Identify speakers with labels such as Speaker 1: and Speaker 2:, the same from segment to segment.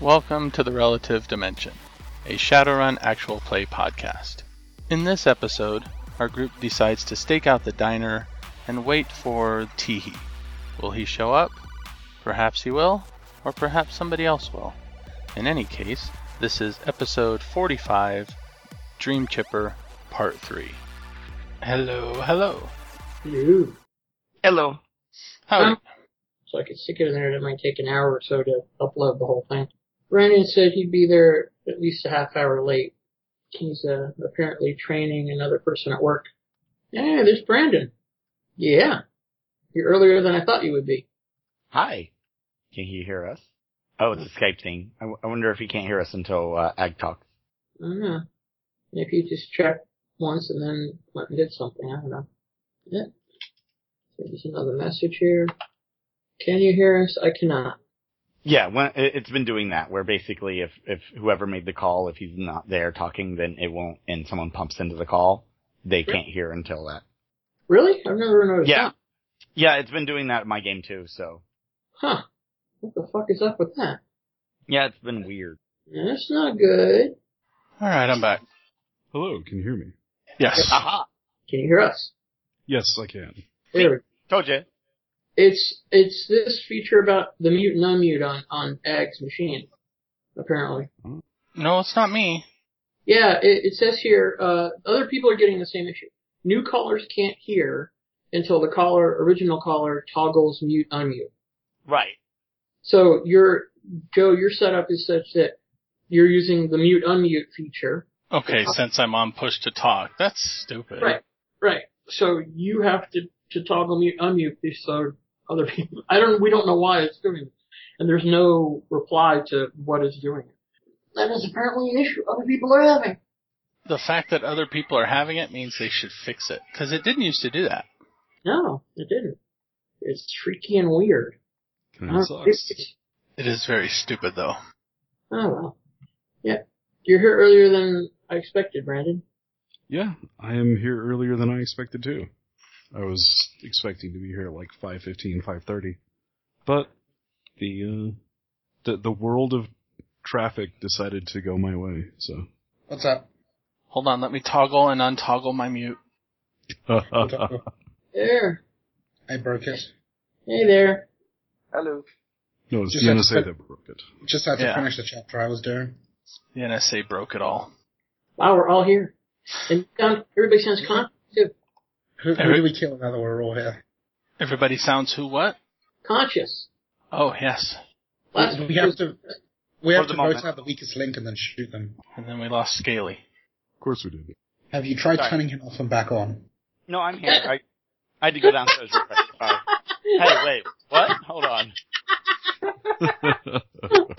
Speaker 1: Welcome to the Relative Dimension, a Shadowrun actual play podcast. In this episode, our group decides to stake out the diner and wait for Teehee. Will he show up? Perhaps he will, or perhaps somebody else will. In any case, this is episode 45, Dream Chipper, Part 3. Hello, hello.
Speaker 2: Ooh.
Speaker 3: Hello.
Speaker 1: Howdy.
Speaker 2: So I could stick it in there. It might take an hour or so to upload the whole thing. Brandon said he'd be there at least a half hour late. He's uh, apparently training another person at work. Hey, there's Brandon. Yeah. You're earlier than I thought you would be.
Speaker 4: Hi. Can he hear us? Oh, it's a Skype thing. I, w- I wonder if he can't hear us until uh, Ag talks.
Speaker 2: I don't know. If you just checked once and then went and did something, I don't know. Yeah. There's another message here. Can you hear us? I cannot.
Speaker 4: Yeah, when, it- it's been doing that where basically if, if whoever made the call, if he's not there talking, then it won't, and someone pumps into the call, they can't hear until that.
Speaker 2: Really? I've never noticed
Speaker 4: Yeah.
Speaker 2: that.
Speaker 4: Yeah, it's been doing that in my game too, so.
Speaker 2: Huh. What the fuck is up with that?
Speaker 4: Yeah, it's been weird.
Speaker 2: That's not good.
Speaker 1: Alright, I'm back.
Speaker 5: Hello, can you hear me?
Speaker 1: Yes.
Speaker 4: Aha!
Speaker 2: Can you hear us?
Speaker 5: Yes, I can.
Speaker 2: There we go.
Speaker 4: Told you.
Speaker 2: It's it's this feature about the mute and unmute on on Ag's machine, apparently.
Speaker 1: No, it's not me.
Speaker 2: Yeah, it, it says here uh, other people are getting the same issue. New callers can't hear until the caller original caller toggles mute unmute.
Speaker 4: Right.
Speaker 2: So your Joe, your setup is such that you're using the mute unmute feature.
Speaker 1: Okay, since I'm on push to talk, that's stupid.
Speaker 2: Right. Right. So you have to, to toggle mute unmute these so other people. I don't. We don't know why it's doing it, and there's no reply to what is doing it. That is apparently an issue other people are having.
Speaker 1: The fact that other people are having it means they should fix it, because it didn't used to do that.
Speaker 2: No, it didn't. It's freaky and weird.
Speaker 5: Kind of
Speaker 2: Uh,
Speaker 5: Hmm. sucks.
Speaker 2: it's-
Speaker 1: It is very stupid, though.
Speaker 2: oh well. Yeah, you're here earlier than I expected, Brandon.
Speaker 5: Yeah, I am here earlier than I expected to. I was expecting to be here at like 5.15, 5.30. But the, uh, the, the world of traffic decided to go my way, so.
Speaker 6: What's up?
Speaker 1: Hold on, let me toggle and untoggle my mute.
Speaker 2: There.
Speaker 6: I broke it.
Speaker 2: Hey there.
Speaker 3: Hello.
Speaker 5: no, it's
Speaker 6: Just
Speaker 5: the
Speaker 6: had to
Speaker 5: NSA
Speaker 6: put-
Speaker 5: that broke it.
Speaker 6: Just had to
Speaker 1: Yeah.
Speaker 6: finish the chapter I was doing.
Speaker 1: The NSA broke it all.
Speaker 2: Wow, we're all here, and um, everybody sounds confident too.
Speaker 6: Who, who
Speaker 1: Eric?
Speaker 6: do we kill now that we're all here?
Speaker 1: Everybody sounds who what?
Speaker 2: Conscious.
Speaker 1: Oh, yes.
Speaker 2: Last
Speaker 6: we have to. We have
Speaker 4: For the
Speaker 6: to
Speaker 4: moment.
Speaker 6: vote out the weakest link and then shoot them.
Speaker 1: And then we lost Scaly.
Speaker 5: Of course we did.
Speaker 6: Have you tried
Speaker 4: Sorry.
Speaker 6: turning him off and back on?
Speaker 4: No, I'm here. I, I had to go downstairs. to rectify. hey, wait. What? Hold on.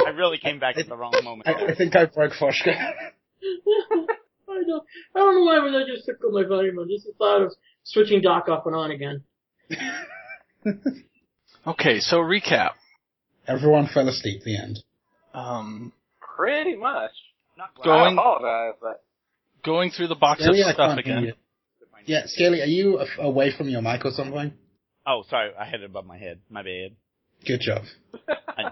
Speaker 4: I really came back at the wrong moment.
Speaker 6: I, I think I broke Foshka.
Speaker 2: I don't, I don't know why, but I just tickled my volume on just the thought of switching dock off and on again.
Speaker 1: Okay, so recap.
Speaker 6: Everyone fell asleep. The end.
Speaker 1: Um,
Speaker 3: Pretty much.
Speaker 4: Not glad.
Speaker 1: Going-
Speaker 3: I apologize. but
Speaker 1: going through the box
Speaker 6: Scaly, I
Speaker 1: of stuff
Speaker 6: can't hear
Speaker 1: again.
Speaker 6: you. Yeah, Scaly, are you af- away from your mic or something?
Speaker 4: Oh, sorry, I had it above my head. My bad.
Speaker 6: Good job.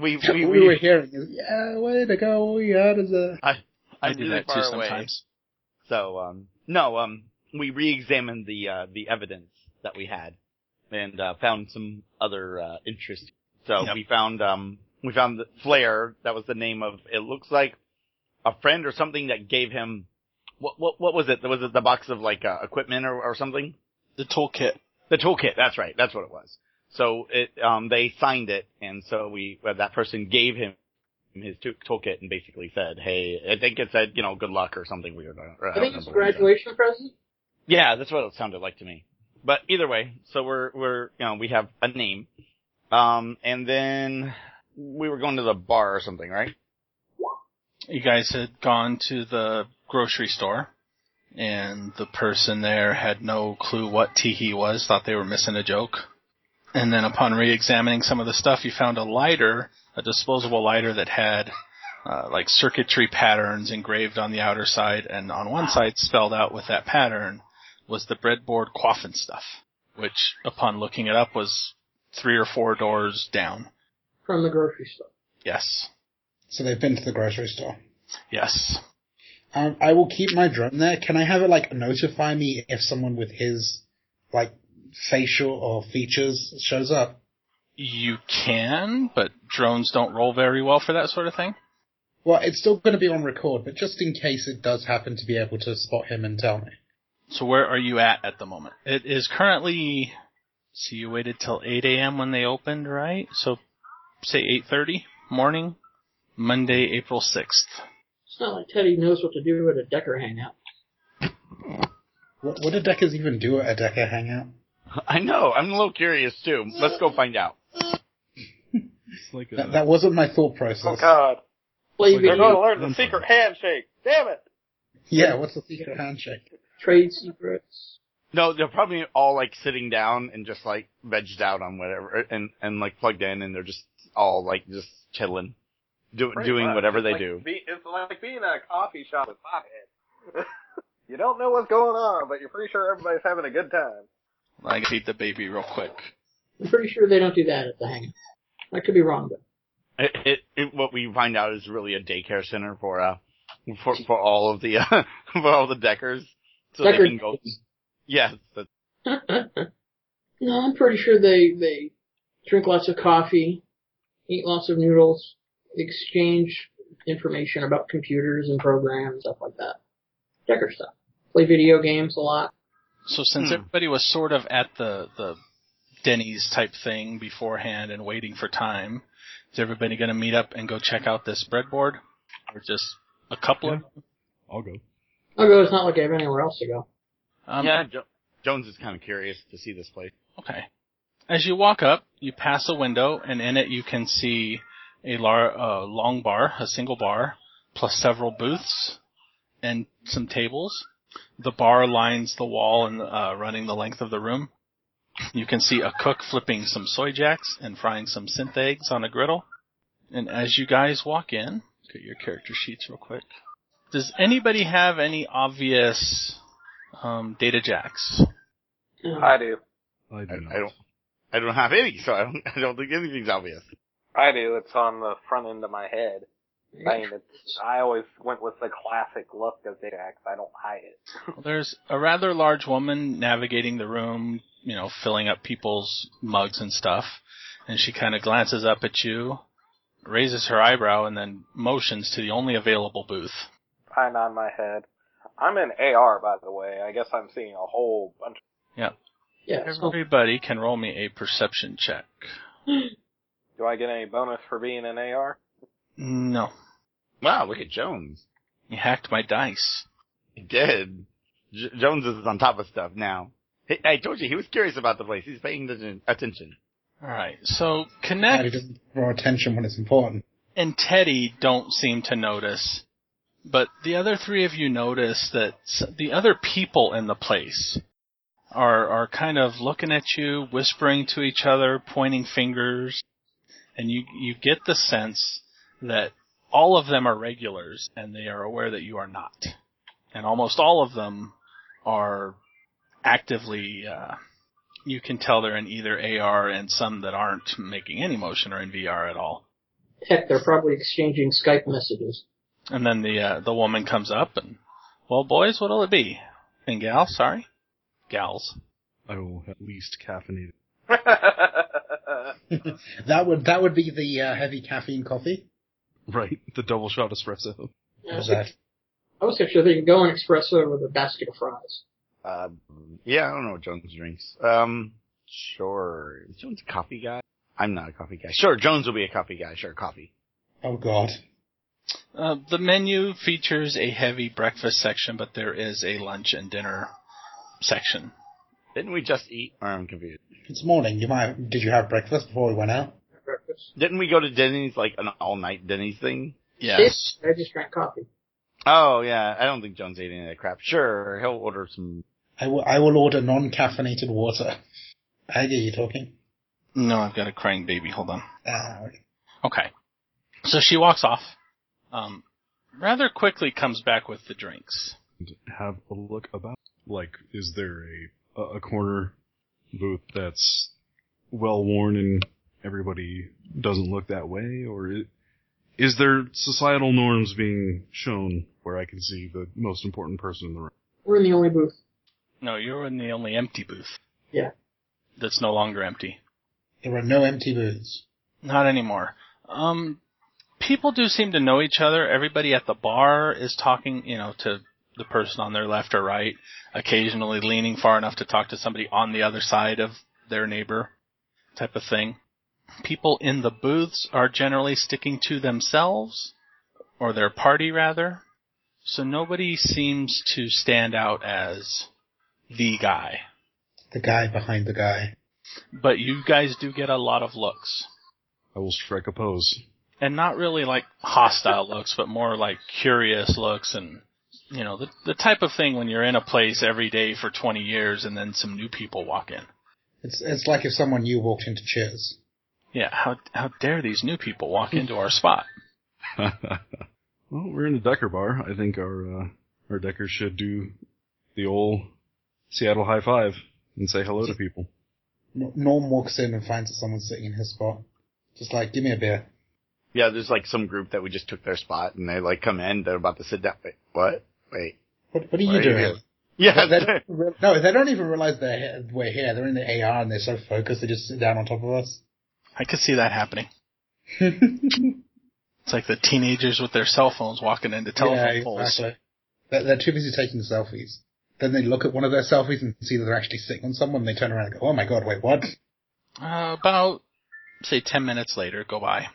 Speaker 4: We
Speaker 6: We,
Speaker 4: we,
Speaker 6: we
Speaker 4: we-
Speaker 6: were hearing. is, Yeah, way to go. We heard is a.
Speaker 4: I
Speaker 1: I
Speaker 4: I'm
Speaker 1: do
Speaker 4: really
Speaker 1: that too
Speaker 4: far away.
Speaker 1: sometimes.
Speaker 4: so um no um we re-examined the uh the evidence that we had and uh, found some other uh, interest. So
Speaker 1: Yep.
Speaker 4: we found um we found the Flair. That was the name of it. Looks like a friend or something that gave him what what what was it? Was it the box of like uh, equipment or, or something?
Speaker 1: The toolkit.
Speaker 4: The toolkit. That's right. That's what it was. So it, um, they signed it, and so we well, that person gave him his to- toolkit and basically said, "Hey, I think it said you know good luck or something weird." I, don't- I
Speaker 2: I think it's a
Speaker 4: don't remember what it said.
Speaker 2: graduation present.
Speaker 4: Yeah, that's what it sounded like to me. But either way, so we're we're you know we have a name, um, and then we were going to the bar or something, right?
Speaker 1: You guys had gone to the grocery store, and the person there had no clue what Teehee was, thought they were missing a joke. And then upon re-examining some of the stuff, you found a lighter, a disposable lighter that had uh, like circuitry patterns engraved on the outer side, and on one side spelled out with that pattern was the breadboard quaffin stuff. which, upon looking it up, was three or four doors down.
Speaker 2: from the grocery store.
Speaker 1: Yes.
Speaker 6: So they've been to the grocery store.
Speaker 1: Yes.
Speaker 6: Um, I will keep my drone there. Can I have it like notify me if someone with his like facial or features shows up?
Speaker 1: You can, but drones don't roll very well for that sort of thing.
Speaker 6: Well, it's still going to be on record, but just in case it does happen to be able to spot him and tell me.
Speaker 1: So where are you at at the moment? It is currently. So you waited till 8 a.m. when they opened, right? So say 8:30 morning, Monday, April 6th.
Speaker 2: It's not like Teddy knows what to do at a Decker hangout.
Speaker 6: What, what do Deckers even do at a Decker hangout?
Speaker 4: I know. I'm a little curious too. Let's go find out.
Speaker 5: It's like uh, a,
Speaker 6: That, that wasn't my thought
Speaker 3: Oh
Speaker 6: process.
Speaker 3: god.
Speaker 2: Play
Speaker 5: It's
Speaker 3: They're
Speaker 5: like
Speaker 2: video,
Speaker 3: gonna learn the
Speaker 5: I'm
Speaker 3: secret
Speaker 5: fine.
Speaker 3: handshake. Damn it!
Speaker 6: yeah, what's the secret handshake?
Speaker 2: trade secrets.
Speaker 4: No, they're probably all like sitting down and just like vegged out on whatever, and and like plugged in, and they're just all like just chilling, do,
Speaker 3: Pretty
Speaker 4: doing
Speaker 3: much.
Speaker 4: whatever
Speaker 3: It's
Speaker 4: they
Speaker 3: like
Speaker 4: do.
Speaker 3: Be, it's like being at a coffee shop with potheads. you don't know what's going on, but you're pretty sure everybody's having a good time.
Speaker 1: I beat the baby real quick.
Speaker 2: I'm pretty sure they don't do that at the hangout. I could be wrong, but
Speaker 4: It, it, it, what we find out is really a daycare center for uh for for all of the uh, for all the deckers, so
Speaker 2: Decker-
Speaker 4: they can go. Yes, that's
Speaker 2: no, I'm pretty sure they they drink lots of coffee, eat lots of noodles, exchange information about computers and programs, stuff like that. Decker stuff. Play video games a lot.
Speaker 1: So since
Speaker 4: Hmm.
Speaker 1: everybody was sort of at the the Denny's type thing beforehand and waiting for time, is everybody going to meet up and go check out this breadboard, or just a couple of?
Speaker 5: I'll go.
Speaker 2: Although it's not like I have anywhere else to go.
Speaker 1: Um,
Speaker 4: yeah. Jo- Jones is kind of curious to see this place.
Speaker 1: Okay. As you walk up, you pass a window, and in it you can see a lar- uh, long bar, a single bar, plus several booths and some tables. The bar lines the wall and uh, running the length of the room. You can see a cook flipping some soy jacks and frying some synth eggs on a griddle. And as you guys walk in, look at your character sheets real quick. Does anybody have any obvious um, data jacks?
Speaker 2: Um,
Speaker 3: I do.
Speaker 5: I do
Speaker 4: I,
Speaker 5: not.
Speaker 4: I don't. I don't have any, so I don't. I don't think anything's obvious.
Speaker 3: I do. It's on the front end of my head. I mean, it's, I always went with the classic look of Big Axe. I don't hide it.
Speaker 1: Well, There's a rather large woman navigating the room, you know, filling up people's mugs and stuff, and she kind of glances up at you, raises her eyebrow, and then motions to the only available booth.
Speaker 3: I nod my head. I'm in AR, by the way. I guess I'm seeing a whole bunch.
Speaker 2: yeah, so
Speaker 1: Everybody can roll me a perception check.
Speaker 3: Do I get any bonus for being in AR?
Speaker 1: No,
Speaker 4: Wow, look at Jones.
Speaker 1: you hacked my dice.
Speaker 4: He did. J- Jones is on top of stuff now. Hey, I told you he was curious about the place. He's paying atten- attention.
Speaker 1: All right, so
Speaker 6: Daddy
Speaker 1: connect
Speaker 6: doesn't draw attention when it's important.
Speaker 1: and Teddy don't seem to notice, but the other three of you notice that s- the other people in the place are are kind of looking at you, whispering to each other, pointing fingers, and you you get the sense that all of them are regulars and they are aware that you are not, and almost all of them are actively. Uh, you can tell they're in either AR and some that aren't making any motion or in VR at all.
Speaker 2: heck, they're probably exchanging Skype messages.
Speaker 1: And then the uh, the woman comes up and, well, boys, what'll it be? And gals, sorry, gals.
Speaker 5: I will at least caffeinate it.
Speaker 6: That would that would be the uh, heavy caffeine coffee.
Speaker 5: Right, the double shot espresso.
Speaker 2: I was,
Speaker 6: That-
Speaker 2: I was actually thinking go an espresso with a basket of fries.
Speaker 4: Uh, yeah, I don't know what Jones drinks. Um, sure. Is Jones a coffee guy? I'm not a coffee guy. Sure, Jones will be a coffee guy. Sure, coffee.
Speaker 6: Oh god.
Speaker 1: Uh, the menu features a heavy breakfast section, but there is a lunch and dinner section.
Speaker 4: Didn't we just eat? Or I'm confused.
Speaker 6: It's morning. You might have, did you have breakfast before we went out?
Speaker 2: Breakfast.
Speaker 4: Didn't we go to Denny's, like an all-night Denny's thing?
Speaker 1: Yes.
Speaker 2: I just drank coffee.
Speaker 4: Oh, yeah. I don't think Jones ate any of that crap. Sure, he'll order some.
Speaker 6: I will I will order non caffeinated water. Aggie, you talking?
Speaker 1: No, I've got a crying baby. Hold on.
Speaker 6: Ah, okay.
Speaker 1: Okay. So she walks off. Um, rather quickly comes back with the drinks.
Speaker 5: And have a look about. Like, is there a a, a corner booth that's well worn and everybody doesn't look that way, or i- is there societal norms being shown where I can see the most important person in the room?
Speaker 2: We're in the only booth.
Speaker 1: No, you're in the only empty booth.
Speaker 2: Yeah.
Speaker 1: That's no longer empty.
Speaker 6: There are no empty booths.
Speaker 1: Not anymore. Um, people do seem to know each other. Everybody at the bar is talking, you know, to the person on their left or right, occasionally leaning far enough to talk to somebody on the other side of their neighbor, type of thing. People in the booths are generally sticking to themselves, or their party rather. So nobody seems to stand out as the guy.
Speaker 6: The guy behind the guy.
Speaker 1: But you guys do get a lot of looks.
Speaker 5: I will strike a pose.
Speaker 1: and not really like hostile looks, but more like curious looks and you know the the type of thing when you're in a place every day for 20 years and then some new people walk in.
Speaker 6: It's it's like if someone new walked into Cheers.
Speaker 1: Yeah, how how dare these new people walk into our spot?
Speaker 5: well, we're in a Decker bar. I think our uh, our Decker should do the old Seattle high five and say hello to people.
Speaker 6: N- Norm walks in and finds that someone's sitting in his spot. Just like, give me a beer.
Speaker 4: Yeah, there's like some group that we just took their spot and they like come in, they're about to sit down. Wait, what? Wait.
Speaker 6: What,
Speaker 4: What
Speaker 6: what are you
Speaker 4: are you
Speaker 6: doing?
Speaker 4: doing? Yeah.
Speaker 6: They don't re- no, they don't even realize they're here, we're here. They're in the AR and they're so focused they just sit down on top of us.
Speaker 1: I could see that happening. It's like the teenagers with their cell phones walking into telephone poles.
Speaker 6: They're, they're too busy taking selfies. Then they look at one of their selfies and see that they're actually sitting on someone. They turn around and go, "Oh my god, wait, what?"
Speaker 1: Uh, about say 10 minutes later go by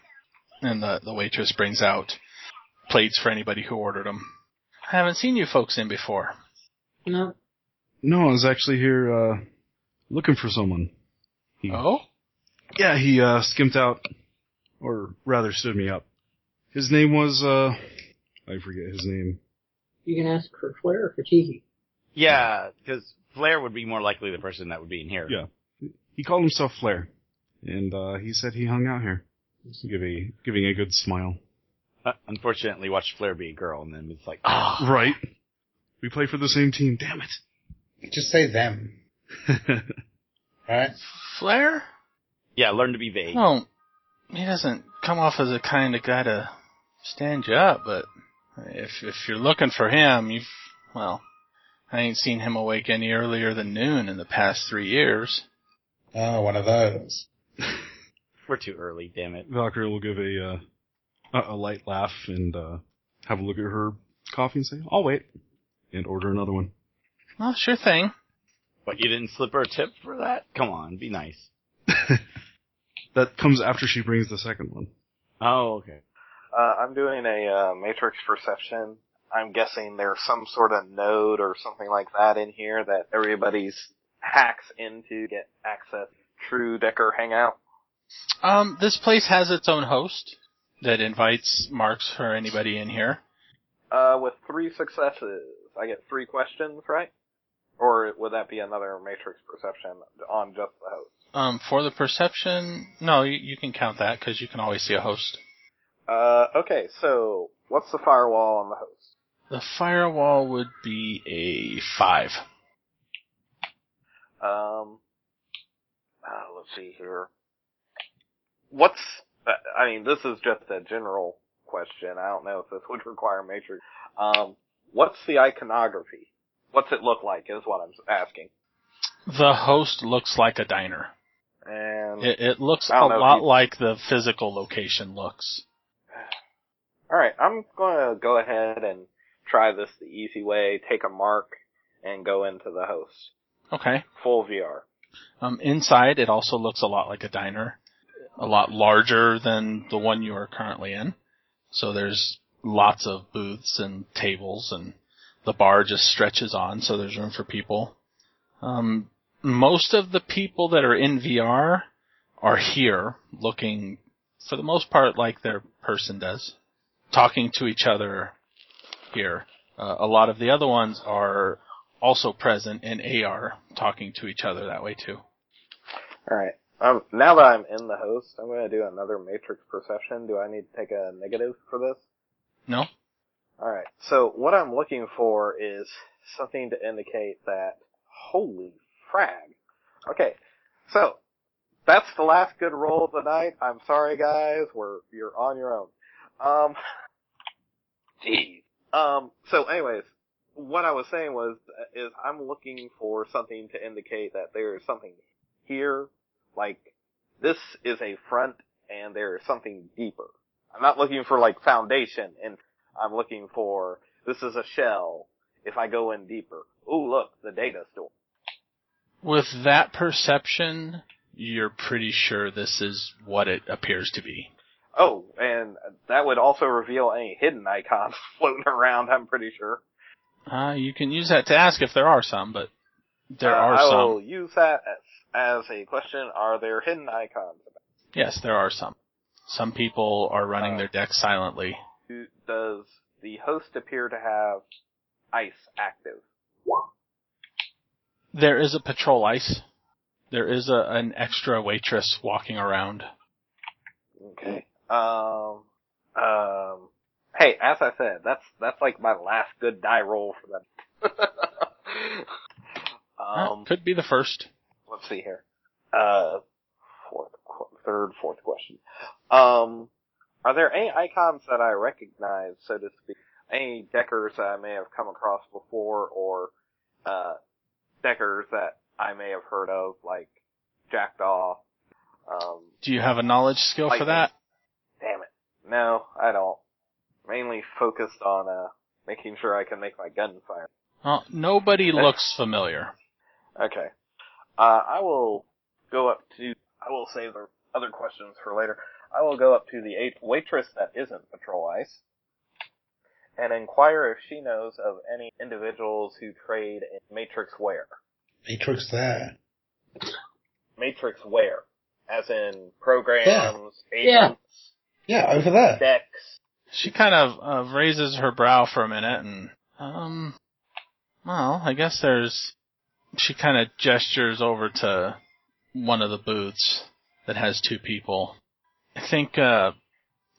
Speaker 1: and the the waitress brings out plates for anybody who ordered them. I haven't seen you folks in before.
Speaker 2: You know,
Speaker 5: No, I was actually here uh, looking for someone. He,
Speaker 1: Oh?
Speaker 5: Yeah, he uh, skimped out, or rather stood me up. His name was uh, I forget his name.
Speaker 2: you can ask for Flair or for Tiki.
Speaker 4: Yeah, because Flair would be more likely the person that would be in here.
Speaker 5: Yeah. He called himself Flair, and uh, he said he hung out here, giving giving a good smile.
Speaker 4: Uh, unfortunately, watched Flair be a girl, and then it's like, ah,
Speaker 5: Right. We play for the same team. Damn
Speaker 6: Just say them,
Speaker 5: it.
Speaker 6: right?
Speaker 1: Flair?
Speaker 4: yeah, learn to be vague.
Speaker 1: No, he doesn't come off as a kind of guy to stand you up. But if if you're looking for him, you've well, I ain't seen him awake any earlier than noon in the past three years.
Speaker 6: Oh, one of those.
Speaker 4: We're too early, damn it.
Speaker 5: Valkyrie will give a uh, a a light laugh and uh, have a look at her coffee and say, "I'll wait," and order another one.
Speaker 1: Well, sure thing.
Speaker 4: But you didn't slip her a tip for that? Come on, be nice.
Speaker 5: That comes after she brings the second one.
Speaker 4: Oh, okay.
Speaker 3: Uh, I'm doing a uh, matrix perception. I'm guessing there's some sort of node or something like that in here that everybody's hacks into to get access. True Decker Hangout.
Speaker 1: Um, this place has its own host that invites marks for anybody in here.
Speaker 3: Uh, with three successes, I get three questions, right? Or would that be another matrix perception on just the host?
Speaker 1: Um, for the perception, no, you, you can count that because you can always see a host.
Speaker 3: Uh, okay, so what's the firewall on the host?
Speaker 1: The firewall would be a five.
Speaker 3: Um, uh, let's see here. What's, uh, I mean, this is just a general question. I don't know if this would require matrix. Um, what's the iconography? What's it look like is what I'm asking.
Speaker 1: The host looks like a diner.
Speaker 3: And,
Speaker 1: It, it looks
Speaker 3: I
Speaker 1: a
Speaker 3: don't know if
Speaker 1: lot
Speaker 3: you-
Speaker 1: like the physical location looks.
Speaker 3: alright, I'm gonna go ahead and try this the easy way, take a mark, and go into the host.
Speaker 1: Okay.
Speaker 3: Full VR.
Speaker 1: Um, inside, it also looks a lot like a diner, a lot larger than the one you are currently in. So there's lots of booths and tables, and the bar just stretches on, so there's room for people. Um, most of the people that are in VR are here, looking for the most part like their person does, talking to each other here. Uh, a lot of the other ones are also present in AR, talking to each other that way too.
Speaker 3: Alright. Um, now that I'm in the host, I'm gonna do another matrix perception. Do I need to take a negative for this?
Speaker 1: No?
Speaker 3: All right. So what I'm looking for is something to indicate that holy frag. Okay. So, that's the last good roll of the night. I'm sorry guys, we're, you're on your own. Um, geez. Um, so anyways, what I was saying was, is I'm looking for something to indicate that there is something here, like, this is a front and there is something deeper. I'm not looking for like foundation and I'm looking for, this is a shell. If I go in deeper, ooh look, the data store.
Speaker 1: With that perception, you're pretty sure this is what it appears to be.
Speaker 3: Oh, and that would also reveal any hidden icons floating around, I'm pretty sure.
Speaker 1: Uh, you can use that to ask if there are some, but there
Speaker 3: Uh,
Speaker 1: are
Speaker 3: I
Speaker 1: some.
Speaker 3: will use that as, as a question. Are there hidden icons?
Speaker 1: Yes, there are some. Some people are running
Speaker 3: Uh,
Speaker 1: their decks silently.
Speaker 3: Do- Does the host appear to have ice active?
Speaker 1: There is a patrol ice. There is a, an extra waitress walking around.
Speaker 3: Okay. Um, um, hey, as I said, that's, that's like my last good die roll for that.
Speaker 1: That
Speaker 3: um,
Speaker 1: could be the first.
Speaker 3: let's see here. Uh, fourth, qu- third, fourth question. Um, are there any icons that I recognize, so to speak? Any deckers that I may have come across before, or uh, deckers that I may have heard of, like Jackdaw? Um,
Speaker 1: Do you have a knowledge skill for
Speaker 3: Lightning.
Speaker 1: that?
Speaker 3: damn it, no, I don't. Mainly focused on uh, making sure I can make my gun fire.
Speaker 1: Well, Uh, nobody
Speaker 3: Okay.
Speaker 1: looks familiar.
Speaker 3: Okay. Uh, I will go up to, I will save the other questions for later. I will go up to the eight waitress that isn't Patrol Ice and inquire if she knows of any individuals who trade in Matrix Ware.
Speaker 6: Matrix there.
Speaker 3: Matrix Ware. As in programs,
Speaker 2: Yeah.
Speaker 3: agents,
Speaker 6: Yeah, over there.
Speaker 3: decks.
Speaker 1: She kind of uh, raises her brow for a minute and, um, well, I guess there's, she kind of gestures over to one of the booths that has two people. I think, uh,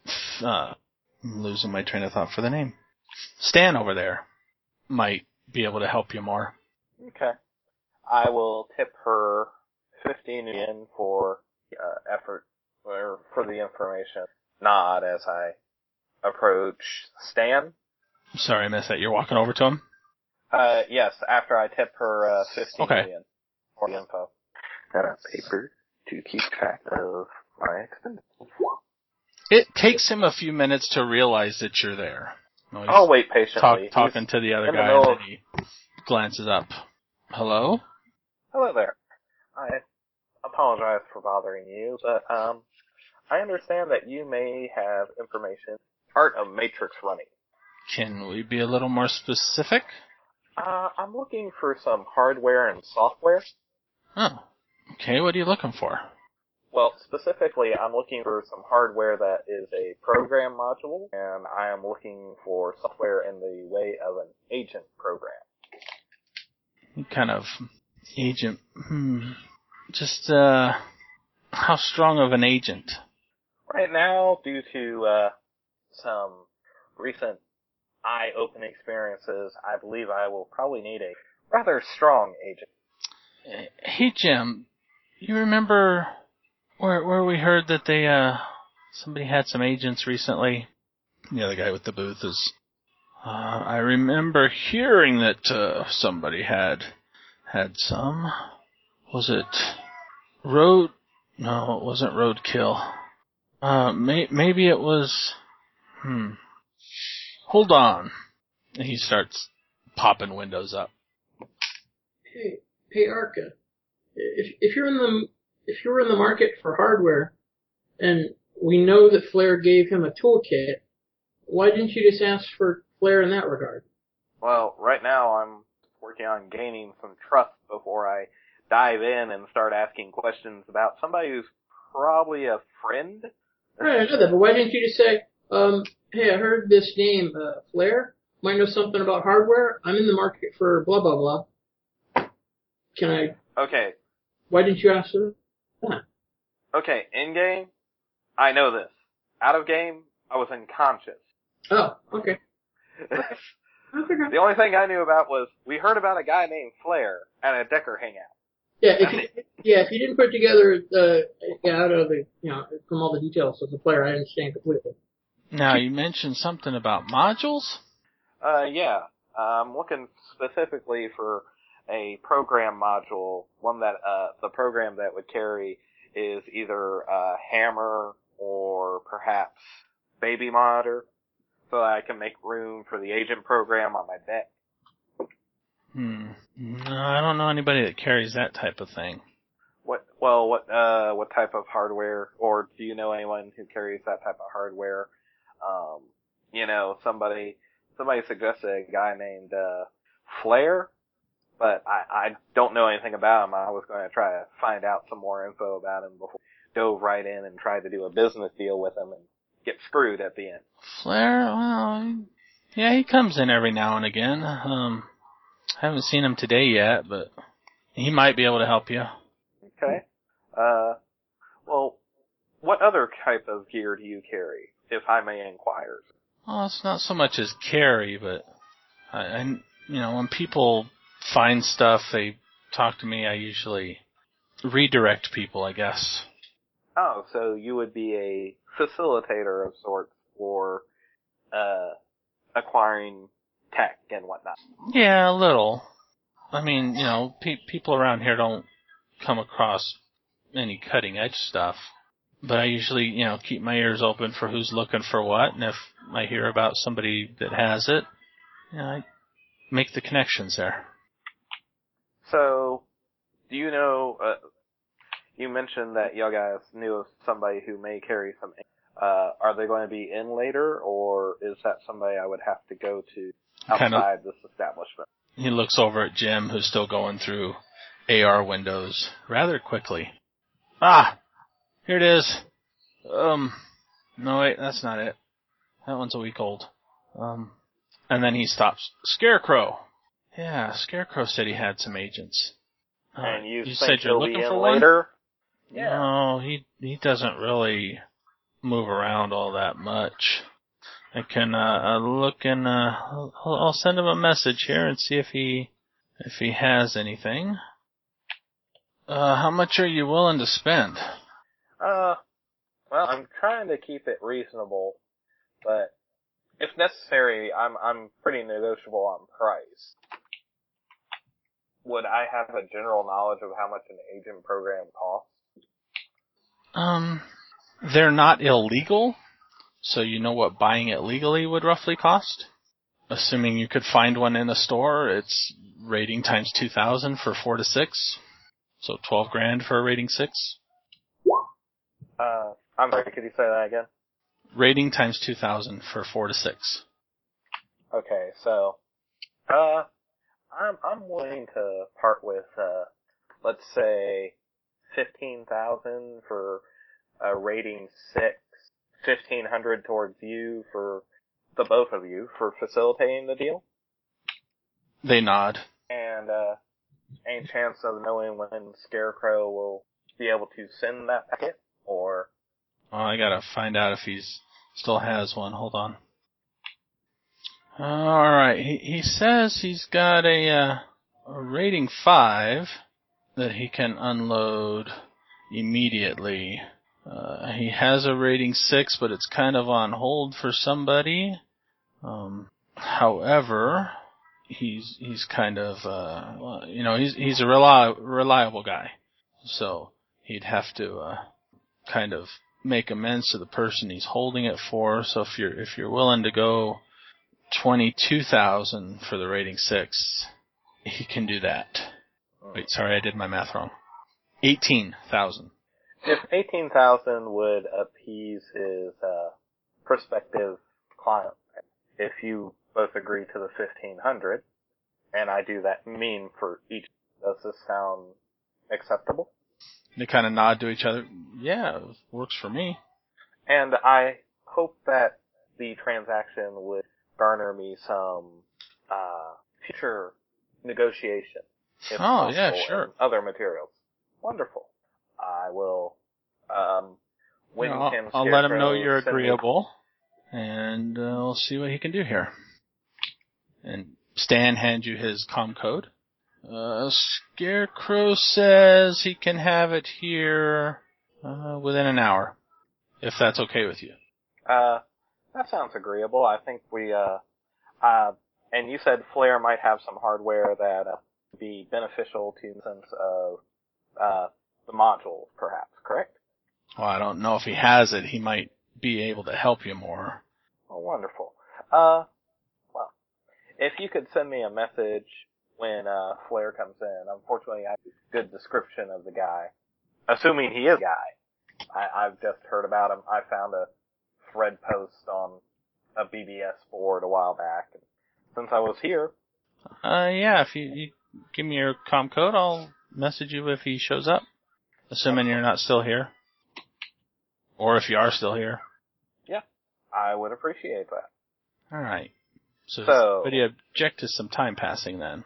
Speaker 1: f- uh, I'm losing my train of thought for the name. Stan over there might be able to help you more.
Speaker 3: Okay. I will tip her 15 yen for uh, effort or for the information. Nod as I approach Stan.
Speaker 1: Sorry, I missed that. You're walking over to him?
Speaker 3: Uh, yes, after I tip her uh, 15
Speaker 1: Okay.
Speaker 3: million for the info. Got a paper to keep track of my expenses.
Speaker 1: It takes him a few minutes to realize that you're there. No, he's-
Speaker 3: I'll Oh, wait patiently.
Speaker 1: talk,
Speaker 3: He's-
Speaker 1: talking to the other
Speaker 3: in the
Speaker 1: guy, and
Speaker 3: middle
Speaker 1: then he glances up. Hello?
Speaker 3: Hello there. I apologize for bothering you, but um, I understand that you may have information. Art of matrix running.
Speaker 1: Can we be a little more specific?
Speaker 3: Uh, I'm looking for some hardware and software.
Speaker 1: Oh. Okay, what are you looking for?
Speaker 3: Well, specifically, I'm looking for some hardware that is a program module, and I am looking for software in the way of an agent program.
Speaker 1: What kind of agent? Hmm. Just, uh, how strong of an agent?
Speaker 3: Right now, due to uh, some recent eye-opening experiences, I believe I will probably need a rather strong agent.
Speaker 1: Uh, Hey, Jim, you remember where, where we heard that they, uh, somebody had some agents recently? The other guy with the booth is. Uh, I remember hearing that, uh, somebody had, had some. Was it Road? No, it wasn't Roadkill. Uh, may, maybe it was, hmm. Hold on. And he starts popping windows up.
Speaker 2: Hey, hey, Arca, if if you're in the if you were in the market for hardware, and we know that Flair gave him a toolkit, why didn't you just ask for Flair in that regard?
Speaker 3: Well, right now I'm working on gaining some trust before I dive in and start asking questions about somebody who's probably a friend.
Speaker 2: Right, I know that, but why didn't you just say, um, hey, I heard this name, uh, Flair. Might know something about hardware. I'm in the market for blah blah blah. Can I?
Speaker 3: Okay,
Speaker 2: Why didn't you ask him?
Speaker 3: okay, in game, I know this. Out of game, I was unconscious.
Speaker 2: Oh, okay. Okay.
Speaker 3: The only thing I knew about was we heard about a guy named Flair at a Decker hangout.
Speaker 2: Yeah, if you, yeah, if you didn't put it together uh, yeah, out of the, you know, from all the details as a player, I understand completely.
Speaker 1: Now you mentioned something about modules.
Speaker 3: Uh, yeah. I'm looking specifically for a program module, one that, uh, the program that would carry is either, uh, Hammer or perhaps Baby Monitor, so that I can make room for the agent program on my deck.
Speaker 1: Hmm. No, I don't know anybody that carries that type of thing.
Speaker 3: What, well, what, uh, what type of hardware, or do you know anyone who carries that type of hardware? Um, you know, somebody, somebody suggested a guy named, uh, Flair, but I, I don't know anything about him. I was going to try to find out some more info about him before I dove right in and tried to do a business deal with him and get screwed at the end.
Speaker 1: Flair, well, he- yeah, he comes in every now and again. Um, I haven't seen him today yet, but he might be able to help you.
Speaker 3: Okay. Uh, well, what other type of gear do you carry, if I may inquire?
Speaker 1: Well, it's not so much as carry, but I, I, you know, when people find stuff, they talk to me. I usually redirect people, I guess.
Speaker 3: Oh, so you would be a facilitator of sorts for, uh, acquiring tech and whatnot.
Speaker 1: Yeah, a little. I mean, you know, pe- people around here don't come across any cutting edge stuff, but I usually, you know, keep my ears open for who's looking for what, and if I hear about somebody that has it, you know, I make the connections there.
Speaker 3: So, do you know, uh, you mentioned that y'all guys knew of somebody who may carry some, uh, are they going to be in later, or is that somebody I would have to go to
Speaker 1: Kind of.
Speaker 3: outside this establishment?
Speaker 1: He looks over at Jim, who's still going through AR windows rather quickly. Ah, here it is. Um, no wait, that's not it. That one's a week old. Um, and then he stops. Scarecrow. Yeah, Scarecrow said he had some agents. Uh,
Speaker 3: and you, think
Speaker 1: said you're
Speaker 3: he'll
Speaker 1: looking
Speaker 3: be
Speaker 1: for
Speaker 3: in
Speaker 1: one?
Speaker 3: later?
Speaker 1: No, he he doesn't really move around all that much. I can uh, uh, look and uh, I'll, I'll send him a message here and see if he if he has anything. Uh, how much are you willing to spend?
Speaker 3: Uh, well, I'm trying to keep it reasonable, but if necessary, I'm I'm pretty negotiable on price. Would I have a general knowledge of how much an agent program costs?
Speaker 1: Um, they're not illegal, so you know what buying it legally would roughly cost. Assuming you could find one in a store, it's rating times two thousand for four to six, so twelve grand for a rating six.
Speaker 3: Uh, I'm sorry, could you say that again?
Speaker 1: rating times 2000 for 4 to 6.
Speaker 3: Okay, so, uh, I'm I'm willing to part with uh, let's say fifteen thousand for a rating six, fifteen hundred towards you for the both of you for facilitating the deal,
Speaker 1: They nod.
Speaker 3: and uh, any chance of knowing when Scarecrow will be able to send that packet or
Speaker 1: Oh, I gotta find out if he's still has one. Hold on. Alright, he, he says he's got a, uh, a rating 5 that he can unload immediately. Uh, he has a rating 6, but it's kind of on hold for somebody. Um, however, he's, he's kind of, uh, well, you know, he's, he's a reli- reliable guy. So, he'd have to, uh, kind of make amends to the person he's holding it for. So if you're if you're willing to go twenty two thousand for the rating six, he can do that. Wait, sorry, I did my math wrong. Eighteen thousand.
Speaker 3: if eighteen thousand would appease his uh, prospective client, if you both agree to the fifteen hundred, and I do that mean for each, does this sound acceptable?
Speaker 1: They kind of nod to each other. Yeah, works for me.
Speaker 3: And I hope that the transaction would garner me some uh, future negotiation. If
Speaker 1: Oh, yeah,
Speaker 3: possible,
Speaker 1: sure.
Speaker 3: and Other materials. Wonderful. I will. Um, when
Speaker 1: You know, I'll,
Speaker 3: Tim
Speaker 1: I'll let him know
Speaker 3: Scarecrow
Speaker 1: you're
Speaker 3: send me-
Speaker 1: agreeable, and uh, we'll see what he can do here. And Stan hand you his com code, Uh, Scarecrow says he can have it here uh, within an hour, if that's okay with you.
Speaker 3: Uh, that sounds agreeable. I think we, uh, uh, and you said Flair might have some hardware that uh, be beneficial to the sense of, uh, the module, perhaps, correct?
Speaker 1: Well, I don't know if he has it. He might be able to help you more.
Speaker 3: Oh, wonderful. Uh, well, if you could send me a message when, uh, Flair comes in, unfortunately I have a good description of the guy. Assuming he is a guy. I, I've just heard about him. I found a thread post on a BBS board a while back. And since I was here,
Speaker 1: Uh, yeah, if you, you give me your com code, I'll message you if he shows up. Assuming you're not still here. Or if you are still here.
Speaker 3: I would appreciate that.
Speaker 1: Alright. So,
Speaker 3: So-
Speaker 1: but you object to some time passing then.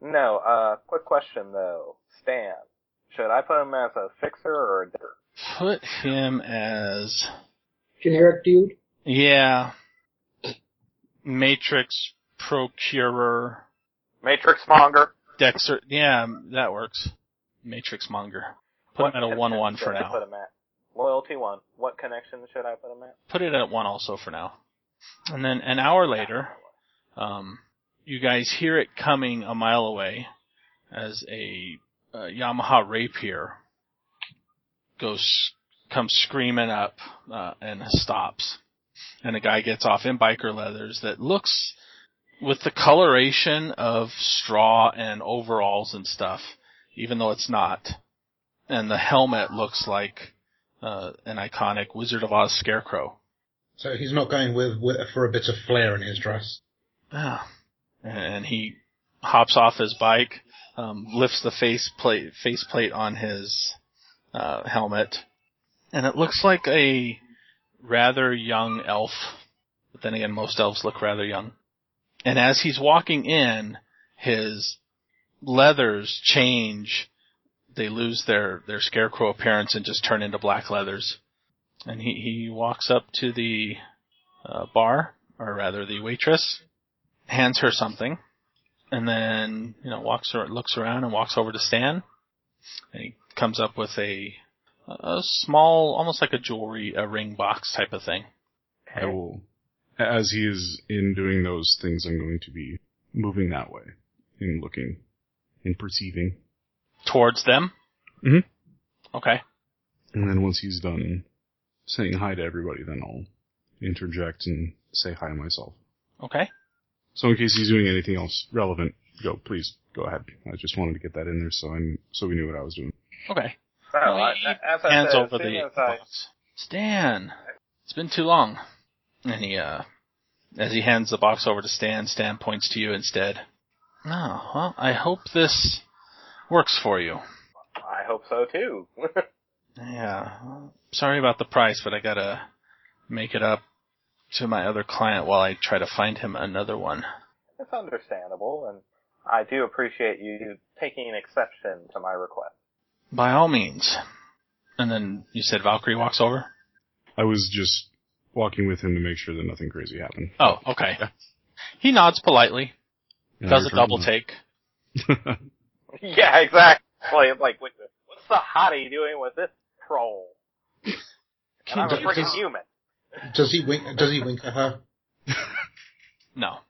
Speaker 3: No, uh, quick question though. Stan, should I put him as a fixer or a digger?
Speaker 1: Put him as,
Speaker 2: Generic dude.
Speaker 1: yeah, Matrix Procurer
Speaker 3: Matrix monger?
Speaker 1: Dexter. Yeah, that works. Matrix Monger. Put him at a
Speaker 3: connection
Speaker 1: 1-1 for
Speaker 3: should I
Speaker 1: now.
Speaker 3: Put him at? Loyalty 1. What connection should I put him at?
Speaker 1: put it at one also for now. And then an hour later, um, you guys hear it coming a mile away as a, uh Yamaha rapier goes, comes screaming up, uh, and stops. And a guy gets off in biker leathers that looks with the coloration of straw and overalls and stuff, even though it's not. And the helmet looks like, uh, an iconic Wizard of Oz scarecrow.
Speaker 6: So he's not going with, with for a bit of flair in his dress.
Speaker 1: Ah. And he hops off his bike, um, lifts the face plate, face plate on his uh, helmet, and it looks like a rather young elf. But then again, most elves look rather young. And as he's walking in, his leathers change. They lose their, their scarecrow appearance and just turn into black leathers. And he, he walks up to the uh, bar, or rather the waitress, hands her something, and then you know walks or looks around and walks over to Stan, and he comes up with a a small, almost like a jewelry, a ring box type of thing.
Speaker 5: I will, as he is in doing those things, I'm going to be moving that way and looking and perceiving.
Speaker 1: Towards them.
Speaker 5: Mhm.
Speaker 1: Okay.
Speaker 5: And then once he's done saying hi to everybody, then I'll interject and say hi myself.
Speaker 1: Okay.
Speaker 5: So in case he's doing anything else relevant, go please go ahead. I just wanted to get that in there so I kn- so we knew what I was doing.
Speaker 1: Okay.
Speaker 3: So, Oh, I,
Speaker 1: He
Speaker 3: as I
Speaker 1: hands
Speaker 3: said,
Speaker 1: over
Speaker 3: as soon
Speaker 1: the
Speaker 3: as I,
Speaker 1: box. Stan, it's been too long. And he, uh, as he hands the box over to Stan, Stan points to you instead. Oh, well, I hope this works for you.
Speaker 3: I hope so too.
Speaker 1: Yeah. well, Sorry about the price, but I gotta make it up to my other client while I try to find him another one.
Speaker 3: it's understandable, and I do appreciate you taking exception to my request.
Speaker 1: By all means. And then you said Valkyrie walks over?
Speaker 5: I was just walking with him to make sure that nothing crazy happened.
Speaker 1: Oh, okay. He nods politely,
Speaker 5: And I
Speaker 1: does a
Speaker 5: returned
Speaker 1: double
Speaker 5: him.
Speaker 1: take.
Speaker 3: yeah, exactly. It's like, what the- what's the hottie doing with this troll? And I'm a
Speaker 6: Can-
Speaker 3: freaking
Speaker 6: does-
Speaker 3: human.
Speaker 6: Does he wink? Does he wink at her?
Speaker 1: No.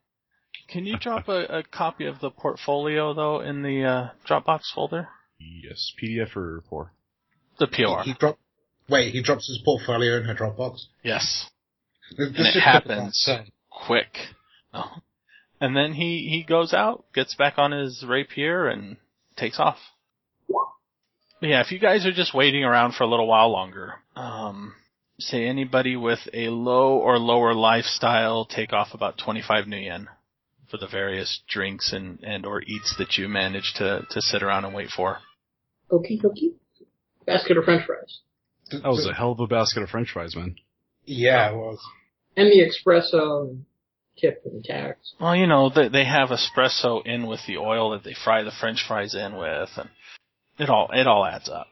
Speaker 1: Can you drop a, a copy of the portfolio though in the uh, Dropbox folder?
Speaker 5: yes, PDF or er four.
Speaker 1: The POR.
Speaker 6: He, he drop. Wait, he drops his portfolio in her Dropbox.
Speaker 1: Yes.
Speaker 6: This,
Speaker 1: And it
Speaker 6: is
Speaker 1: happens.
Speaker 6: so-
Speaker 1: Quick. Oh. And then he he goes out, gets back on his rapier, and takes off. But yeah, if you guys are just waiting around for a little while longer, um, say anybody with a low or lower lifestyle take off about twenty five new yen for the various drinks and and or eats that you manage to to sit around and wait for.
Speaker 2: Okie dokie. Basket of french fries.
Speaker 6: th-
Speaker 5: That was a
Speaker 6: th-
Speaker 5: hell of a basket of French fries, man.
Speaker 6: Yeah, it was.
Speaker 2: And the espresso and tip and tax.
Speaker 1: Well, you know, they they have espresso in with the oil that they fry the French fries in with, and it all it all adds up.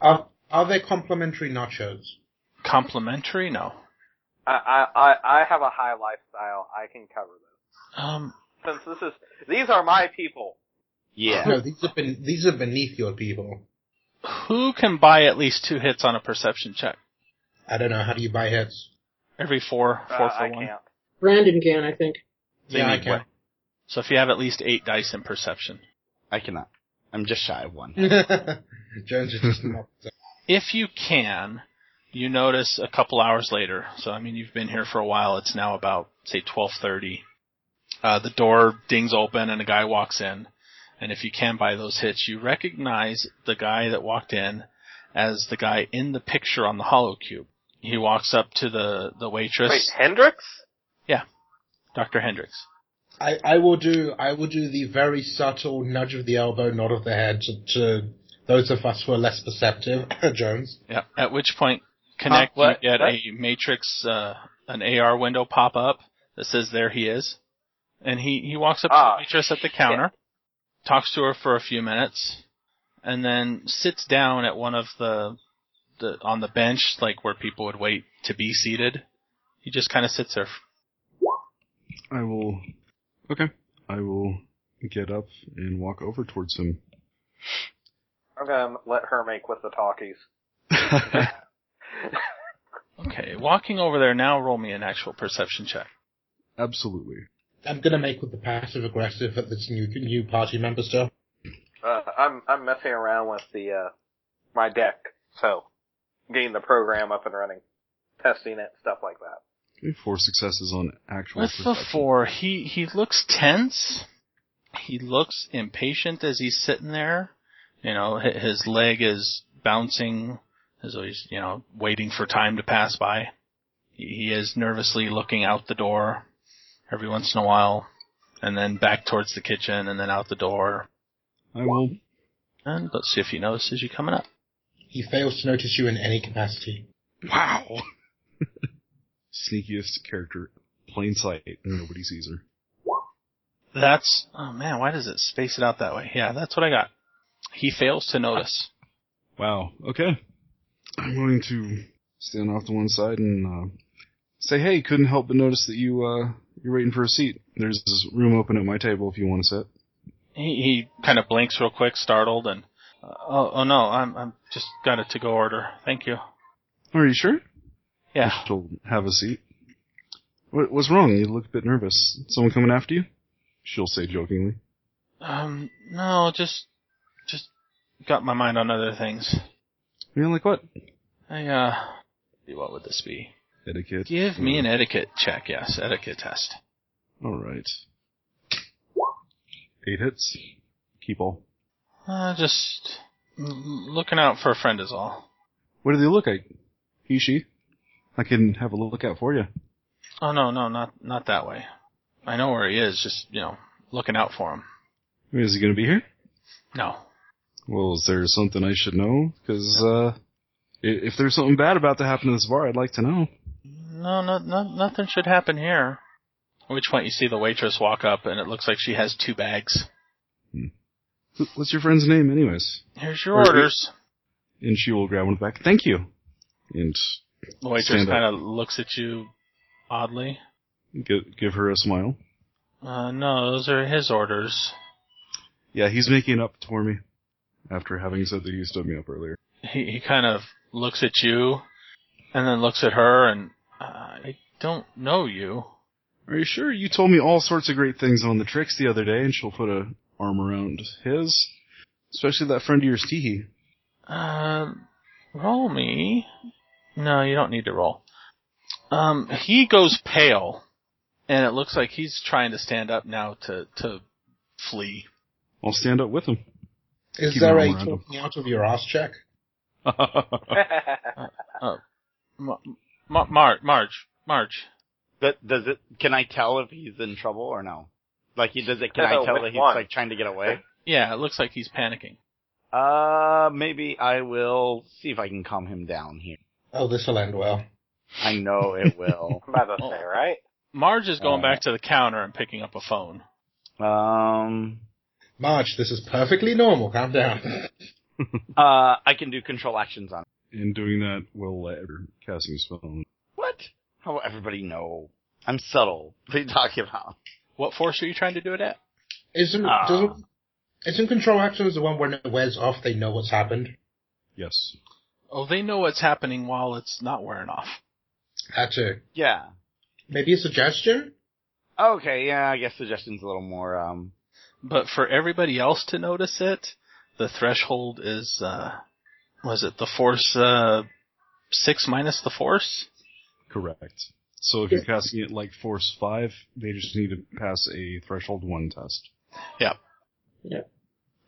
Speaker 6: Are are there complimentary nachos?
Speaker 1: Complimentary? No.
Speaker 3: I, I, I I have a high lifestyle. I can cover this.
Speaker 1: Um,
Speaker 3: Since this is, these are my people.
Speaker 4: Yeah.
Speaker 6: No, these are ben- these are beneath your people.
Speaker 1: Who can buy at least two hits on a perception check?
Speaker 6: I don't know. How do you buy hits?
Speaker 1: Every four,
Speaker 3: Uh,
Speaker 1: four for
Speaker 3: I
Speaker 1: one.
Speaker 3: can't.
Speaker 2: Brandon can, I think.
Speaker 1: They
Speaker 6: yeah, I
Speaker 1: need
Speaker 6: can.
Speaker 1: one. So if you have at least eight dice in perception.
Speaker 4: I cannot. I'm just shy of one.
Speaker 6: Jones is just not.
Speaker 1: If you can, you notice a couple hours later. So I mean, you've been here for a while. It's now about say 12:30. Uh, the door dings open and a guy walks in. And if you can buy those hits, you recognize the guy that walked in as the guy in the picture on the hollow cube. He walks up to the the waitress,
Speaker 3: Wait, Hendrix?
Speaker 1: Dr. Hendricks.
Speaker 6: I, I will do I will do the very subtle nudge of the elbow, nod of the head to, to those of us who are less perceptive. Jones.
Speaker 1: Yeah. At which point, connect.
Speaker 3: Huh? Uh, What?
Speaker 1: You get
Speaker 3: What?
Speaker 1: a matrix, uh, an AR window pop up that says "There he is," and he he walks up to
Speaker 3: Ah,
Speaker 1: the waitress at the counter, talks to her for a few minutes, and then sits down at one of the the on the bench, like where people would wait to be seated. He just kind of sits there.
Speaker 5: I will. Okay. I will get up and walk over towards him.
Speaker 3: I'm gonna let her make with the talkies.
Speaker 1: Okay, walking over there now. Roll me an actual perception check.
Speaker 5: Absolutely.
Speaker 6: I'm gonna make with the passive aggressive at this new new party member stuff.
Speaker 3: Uh, I'm I'm messing around with the uh my deck, so getting the program up and running, testing it, stuff like that.
Speaker 5: Okay, four successes on actual.
Speaker 1: With the
Speaker 5: perception.
Speaker 1: four, he he looks tense. He looks impatient as he's sitting there. You know, hi- his leg is bouncing as though he's you know waiting for time to pass by. He he is nervously looking out the door every once in a while, and then back towards the kitchen, and then out the door.
Speaker 5: I will.
Speaker 1: And let's see if he notices you coming up.
Speaker 6: He fails to notice you in any capacity.
Speaker 5: Wow. Sneakiest character, plain sight, and nobody sees her.
Speaker 1: That's oh man, why does it space it out that way? Yeah, that's what I got. He fails to notice.
Speaker 5: Wow. Okay. I'm going to stand off to one side and uh, say, "Hey, couldn't help but notice that you uh, you're waiting for a seat. There's this room open at my table if you want to sit."
Speaker 1: He, he kind of blinks real quick, startled, and uh, oh, oh no, I'm I'm just got a to go order. Thank you.
Speaker 5: Are you sure?
Speaker 1: Yeah,
Speaker 5: She'll have a seat. What, what's wrong? You look a bit nervous. Someone coming after you? She'll say jokingly.
Speaker 1: um, no, just just got my mind on other things.
Speaker 5: You're like, what?
Speaker 1: I uh, what would this be?
Speaker 5: Etiquette.
Speaker 1: Give me
Speaker 5: Uh,
Speaker 1: an e- etiquette check. Yes, etiquette test.
Speaker 5: All right. Eight hits. Keep all.
Speaker 1: Uh, just l- looking out for a friend is all.
Speaker 5: What do they look like? He, she? I can have a look out for you.
Speaker 1: Oh no, no, not not that way. I know where he is. Just you know, looking out for him.
Speaker 5: Is he going to be here?
Speaker 1: No,
Speaker 5: Well, is there something I should know? Because uh, i- if there's something bad about to happen to this bar, I'd like to know.
Speaker 1: No, no, no, nothing should happen here. At which point you see the waitress walk up, and it looks like she has two bags.
Speaker 5: Wh- What's your friend's name, anyways?
Speaker 1: Here's your
Speaker 5: Or-
Speaker 1: orders.
Speaker 5: And she will grab one back. Thank you. And
Speaker 1: The waitress
Speaker 5: Stand up.
Speaker 1: kind of looks at you oddly.
Speaker 5: give, give her a smile.
Speaker 1: Uh, no, those are his orders.
Speaker 5: Yeah, he's making up for me after having said that he stood me up earlier.
Speaker 1: He he kind of looks at you, and then looks at her, and uh, I don't know you.
Speaker 5: Are you sure? You told me all sorts of great things on the tricks the other day, and she'll put a arm around his, especially that friend of yours, Teehee.
Speaker 1: Uh, roll me. No, you don't need to roll. Um, he goes pale, and it looks like he's trying to stand up now to to flee.
Speaker 5: I'll stand up with him.
Speaker 6: Is
Speaker 5: Keep
Speaker 6: there
Speaker 5: an eye
Speaker 6: a
Speaker 5: on him.
Speaker 6: talking out of your ass check?
Speaker 1: Ma- Ma- Mar- Marge, Marge.
Speaker 4: But does it? Can I tell if he's in trouble or no? Like, he does it? Can
Speaker 3: No,
Speaker 4: I tell
Speaker 3: which
Speaker 4: that he's
Speaker 3: one?
Speaker 4: like trying to get away?
Speaker 1: Yeah, it looks like he's panicking.
Speaker 4: Uh, maybe I will see if I can calm him down here.
Speaker 6: Oh, this will end well.
Speaker 4: I know it will.
Speaker 3: I'm about to say, right?
Speaker 1: Marge is going
Speaker 4: Uh.
Speaker 1: back to the counter and picking up a phone.
Speaker 4: um,
Speaker 6: Marge, this is perfectly normal. Calm down.
Speaker 4: uh, I can do control actions on. It.
Speaker 5: In doing that, we'll let her casting a spell.
Speaker 4: What? How will everybody know? I'm subtle. What are you talking about?
Speaker 1: What force are you trying to do it at?
Speaker 6: Isn't
Speaker 4: Ah.
Speaker 6: doesn't Isn't control actions the one when it wears off, they know what's happened?
Speaker 5: Yes.
Speaker 1: Oh, they know what's happening while it's not wearing off.
Speaker 6: That's a
Speaker 4: Yeah.
Speaker 6: maybe a suggestion.
Speaker 4: Okay, yeah, I guess suggestion's a little more, um,
Speaker 1: But for everybody else to notice it, the threshold is, uh, was it the force, uh, six minus the force?
Speaker 5: Correct. So if you're casting it like Force 5, they just need to pass a Threshold 1 test.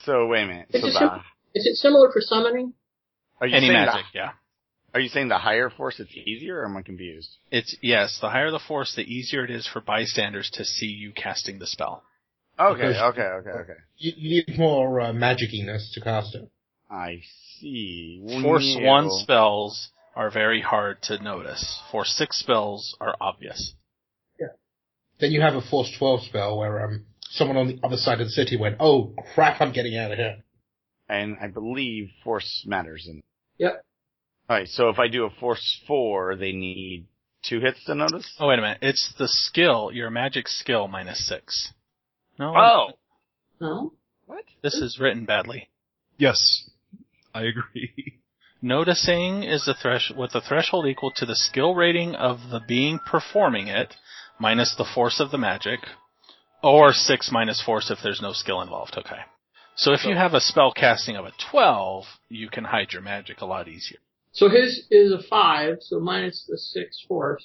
Speaker 4: so wait a minute.
Speaker 2: It's
Speaker 4: So
Speaker 2: just
Speaker 4: the-
Speaker 2: a- Is it similar for summoning?
Speaker 4: are you
Speaker 1: Any
Speaker 4: saying
Speaker 1: magic, yeah.
Speaker 4: The, are you saying the higher force is easier or am I confused?
Speaker 1: It's, yes, the higher the force, the easier it is for bystanders to see you casting the spell.
Speaker 4: Okay,
Speaker 6: Because-
Speaker 4: okay, okay, okay.
Speaker 6: You, you need more uh, magiciness to cast it.
Speaker 4: I see.
Speaker 1: Force
Speaker 4: Well,
Speaker 1: one spells are very hard to notice. Force six spells are obvious.
Speaker 6: Then you have a force twelve spell where um someone on the other side of the city went, "Oh crap, I'm getting out of here."
Speaker 4: And I believe force matters in
Speaker 2: Yep.
Speaker 4: Alright, so if I do a force four, they need two hits to notice?
Speaker 1: Oh, wait a minute. It's the skill, your magic skill minus six. No,
Speaker 4: Oh!
Speaker 2: No.
Speaker 4: What?
Speaker 1: this is written badly.
Speaker 5: Yes. I agree.
Speaker 1: Noticing is the thresh with the threshold equal to the skill rating of the being performing it, minus the force of the magic, or six minus force if there's no skill involved. Okay. So if you have a spell casting of a twelve, you can hide your magic a lot easier.
Speaker 2: So his is a five, so minus the six force.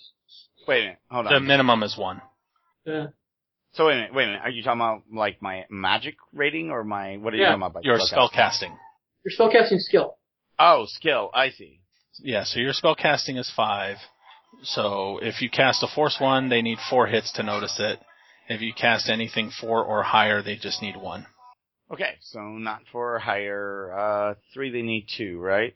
Speaker 4: Wait a minute, hold
Speaker 1: The
Speaker 4: on.
Speaker 1: minimum is one.
Speaker 2: Uh,
Speaker 4: so wait a minute, wait a minute. Are you talking about like my magic rating or my, what are you
Speaker 2: Yeah,
Speaker 4: talking about?
Speaker 1: Your
Speaker 4: Okay.
Speaker 1: spell casting.
Speaker 2: your spellcasting skill.
Speaker 4: Oh, skill, I see.
Speaker 1: Yeah, so your spell casting is five. So if you cast a force one, they need four hits to notice it. If you cast anything four or higher, they just need one.
Speaker 4: Okay, so not for higher. Uh, three they need two, right?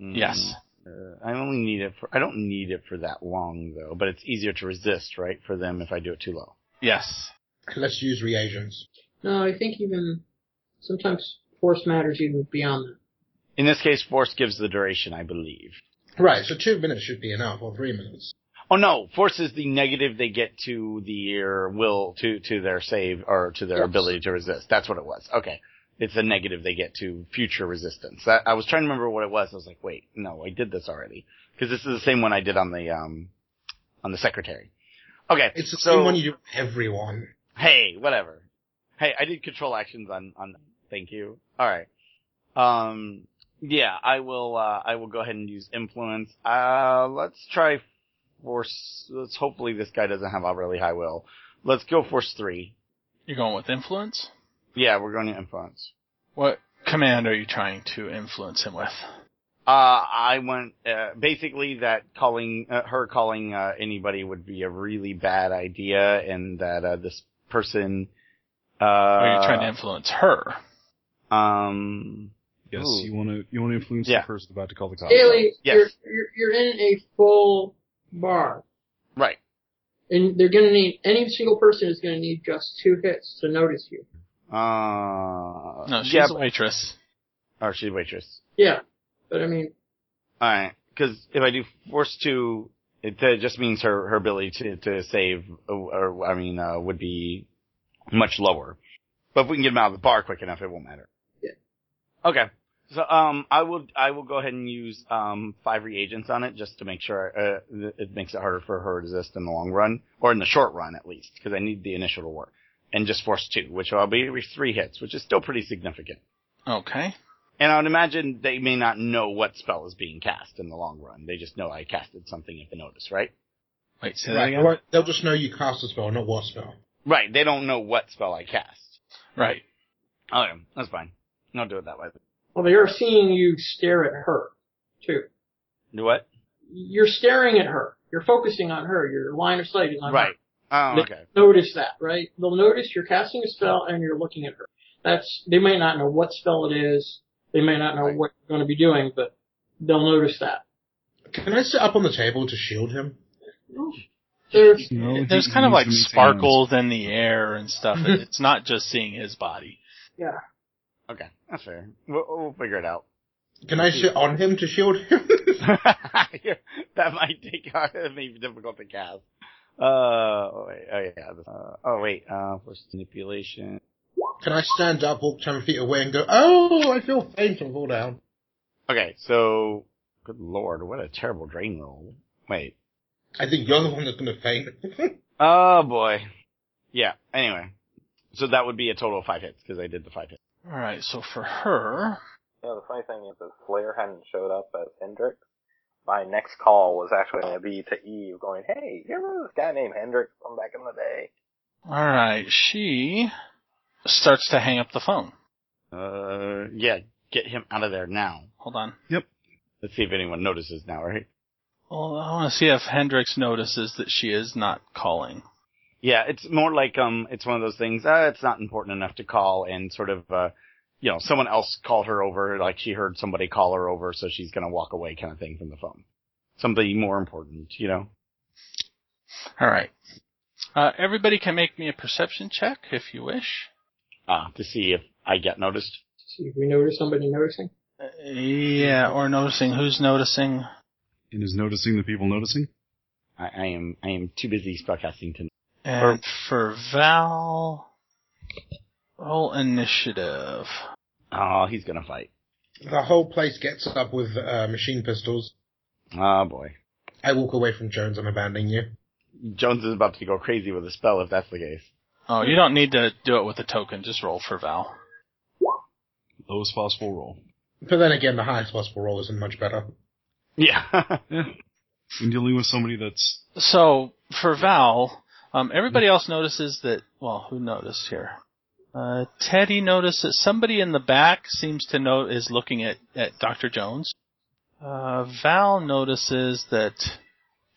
Speaker 4: Mm,
Speaker 1: Yes.
Speaker 4: Uh, I only need it for. I don't need it for that long though, but it's easier to resist, right, for them if I do it too low.
Speaker 1: Yes.
Speaker 6: Let's use reagents.
Speaker 2: No, I think even sometimes force matters even beyond that.
Speaker 4: In this case, force gives the duration, I believe.
Speaker 6: Right, so two minutes should be enough, or three minutes.
Speaker 4: Oh no, force is the negative they get to their will to to their save or to their
Speaker 2: Yes.
Speaker 4: ability to resist. That's what it was. Okay. It's a negative they get to future resistance. That, I was trying to remember what it was. I was like, wait, no, I did this already because this is the same one I did on the um on the secretary. Okay,
Speaker 6: It's the
Speaker 4: so
Speaker 6: same one you do with everyone.
Speaker 4: hey, whatever. Hey, I did control actions on on. Thank you. All right. Um. Yeah, I will. Uh, I will go ahead and use influence. Uh, let's try force. Let's hopefully this guy doesn't have a really high will. Let's go force three.
Speaker 1: You're going with influence?
Speaker 4: Yeah, we're going to influence.
Speaker 1: What command are you trying to influence him with?
Speaker 4: Uh, I want uh, basically that calling uh, her calling uh, anybody would be a really bad idea, and that uh, this person. Uh,
Speaker 1: Or are you Oh, trying to influence her?
Speaker 4: um.
Speaker 5: Yes,
Speaker 4: Ooh.
Speaker 5: you want to you want to influence
Speaker 4: Yeah.
Speaker 5: the person about to call the cops.
Speaker 2: Daily,
Speaker 4: Yes.
Speaker 2: you're, you're you're in a full bar,
Speaker 4: Right.
Speaker 2: and they're gonna need any single person is gonna need just two hits to notice you.
Speaker 4: Uh,
Speaker 1: No, she's
Speaker 4: yeah,
Speaker 1: a waitress.
Speaker 4: but- or Oh, she's a waitress.
Speaker 2: Yeah, but I mean,
Speaker 4: All right, because if I do force two, it uh, just means her her ability to to save, uh, or I mean, uh, would be much lower. But if we can get him out of the bar quick enough, it won't matter.
Speaker 2: Yeah.
Speaker 4: Okay. So um, I will I will go ahead and use um five reagents on it just to make sure uh, th- it makes it harder for her to resist in the long run or in the short run at least because I need the initial to work and just force two, which will be three hits, which is still pretty significant.
Speaker 1: Okay.
Speaker 4: And I would imagine they may not know what spell is being cast in the long run. They just know I casted something if they notice, right?
Speaker 1: Wait, say that
Speaker 6: Right,
Speaker 1: again?
Speaker 6: right, they'll just know you cast a spell, not what spell.
Speaker 4: Right, they don't know what spell I cast.
Speaker 1: Right.
Speaker 4: Okay, that's fine. I'll do it that way.
Speaker 2: well, they are seeing you stare at her, too.
Speaker 4: Do what?
Speaker 2: You're staring at her. You're focusing on her. Your line of sight is on her.
Speaker 4: Right. Oh,
Speaker 2: They
Speaker 4: okay.
Speaker 2: Notice that, right? They'll notice you're casting a spell and you're looking at her. That's they may not know what spell it is. They may not know
Speaker 4: Right.
Speaker 2: what you're going to be doing, but they'll notice that.
Speaker 6: Can I sit up on the table to shield him?
Speaker 2: There's
Speaker 5: No, he-
Speaker 1: There's
Speaker 5: he
Speaker 1: kind of
Speaker 5: needs
Speaker 1: like
Speaker 5: to maintain
Speaker 1: sparkles in the air and stuff. it's not just seeing his body.
Speaker 2: yeah.
Speaker 4: Okay, that's fair. We'll, we'll figure it out.
Speaker 6: Can I sit on him to shield him?
Speaker 4: that might take out, it may be difficult to cast. Uh, oh wait, oh yeah. Uh, oh wait, uh, force manipulation.
Speaker 6: Can I stand up, walk ten feet away, and go? Oh, I feel faint and fall down.
Speaker 4: Okay, so good lord, what a terrible drain roll. Wait.
Speaker 6: I think you're the one that's going to faint.
Speaker 4: Oh boy. Yeah. Anyway, so that would be a total of five hits because I did the five hits.
Speaker 1: Alright, so for her,
Speaker 3: Yeah, the funny thing is, if Flair hadn't showed up as Hendrix, my next call was actually going to be to Eve, going, "Hey, you remember this guy named Hendrix from back in the day?"
Speaker 1: alright, she starts to hang up the phone.
Speaker 4: Uh, yeah. Get him out of there now.
Speaker 1: Hold on.
Speaker 4: Let's see if anyone notices now, right?
Speaker 1: Well, I want to see if Hendrix notices that she is not calling.
Speaker 4: Yeah, it's more like um, it's one of those things. Uh, it's not important enough to call, and sort of, uh, you know, someone else called her over, like she heard somebody call her over, so she's gonna walk away, kind of thing, from the phone. Somebody more important, you know.
Speaker 1: Alright. Uh, everybody can make me a perception check if you wish.
Speaker 4: Ah, to see if I get noticed.
Speaker 2: See if we notice somebody noticing.
Speaker 1: Uh, yeah, or noticing who's noticing.
Speaker 5: And is noticing the people noticing?
Speaker 4: I, I am, I am too busy spellcasting to.
Speaker 1: And for Val, roll initiative.
Speaker 4: Oh, he's gonna fight.
Speaker 6: the whole place gets up with uh, machine pistols.
Speaker 4: Oh boy,
Speaker 6: I walk away from Jones. I'm abandoning you.
Speaker 4: Jones is about to go crazy with a spell if that's the case.
Speaker 1: Oh, you don't need to do it with a token. Just roll for Val.
Speaker 5: Lowest possible roll.
Speaker 6: But then again, the highest possible roll isn't much better.
Speaker 4: Yeah.
Speaker 5: Yeah. When dealing with somebody that's
Speaker 1: So for Val, um, everybody else notices that. Well, who noticed here? Uh, Teddy noticed that somebody in the back seems to know is looking at at Doctor Jones. Uh, Val notices that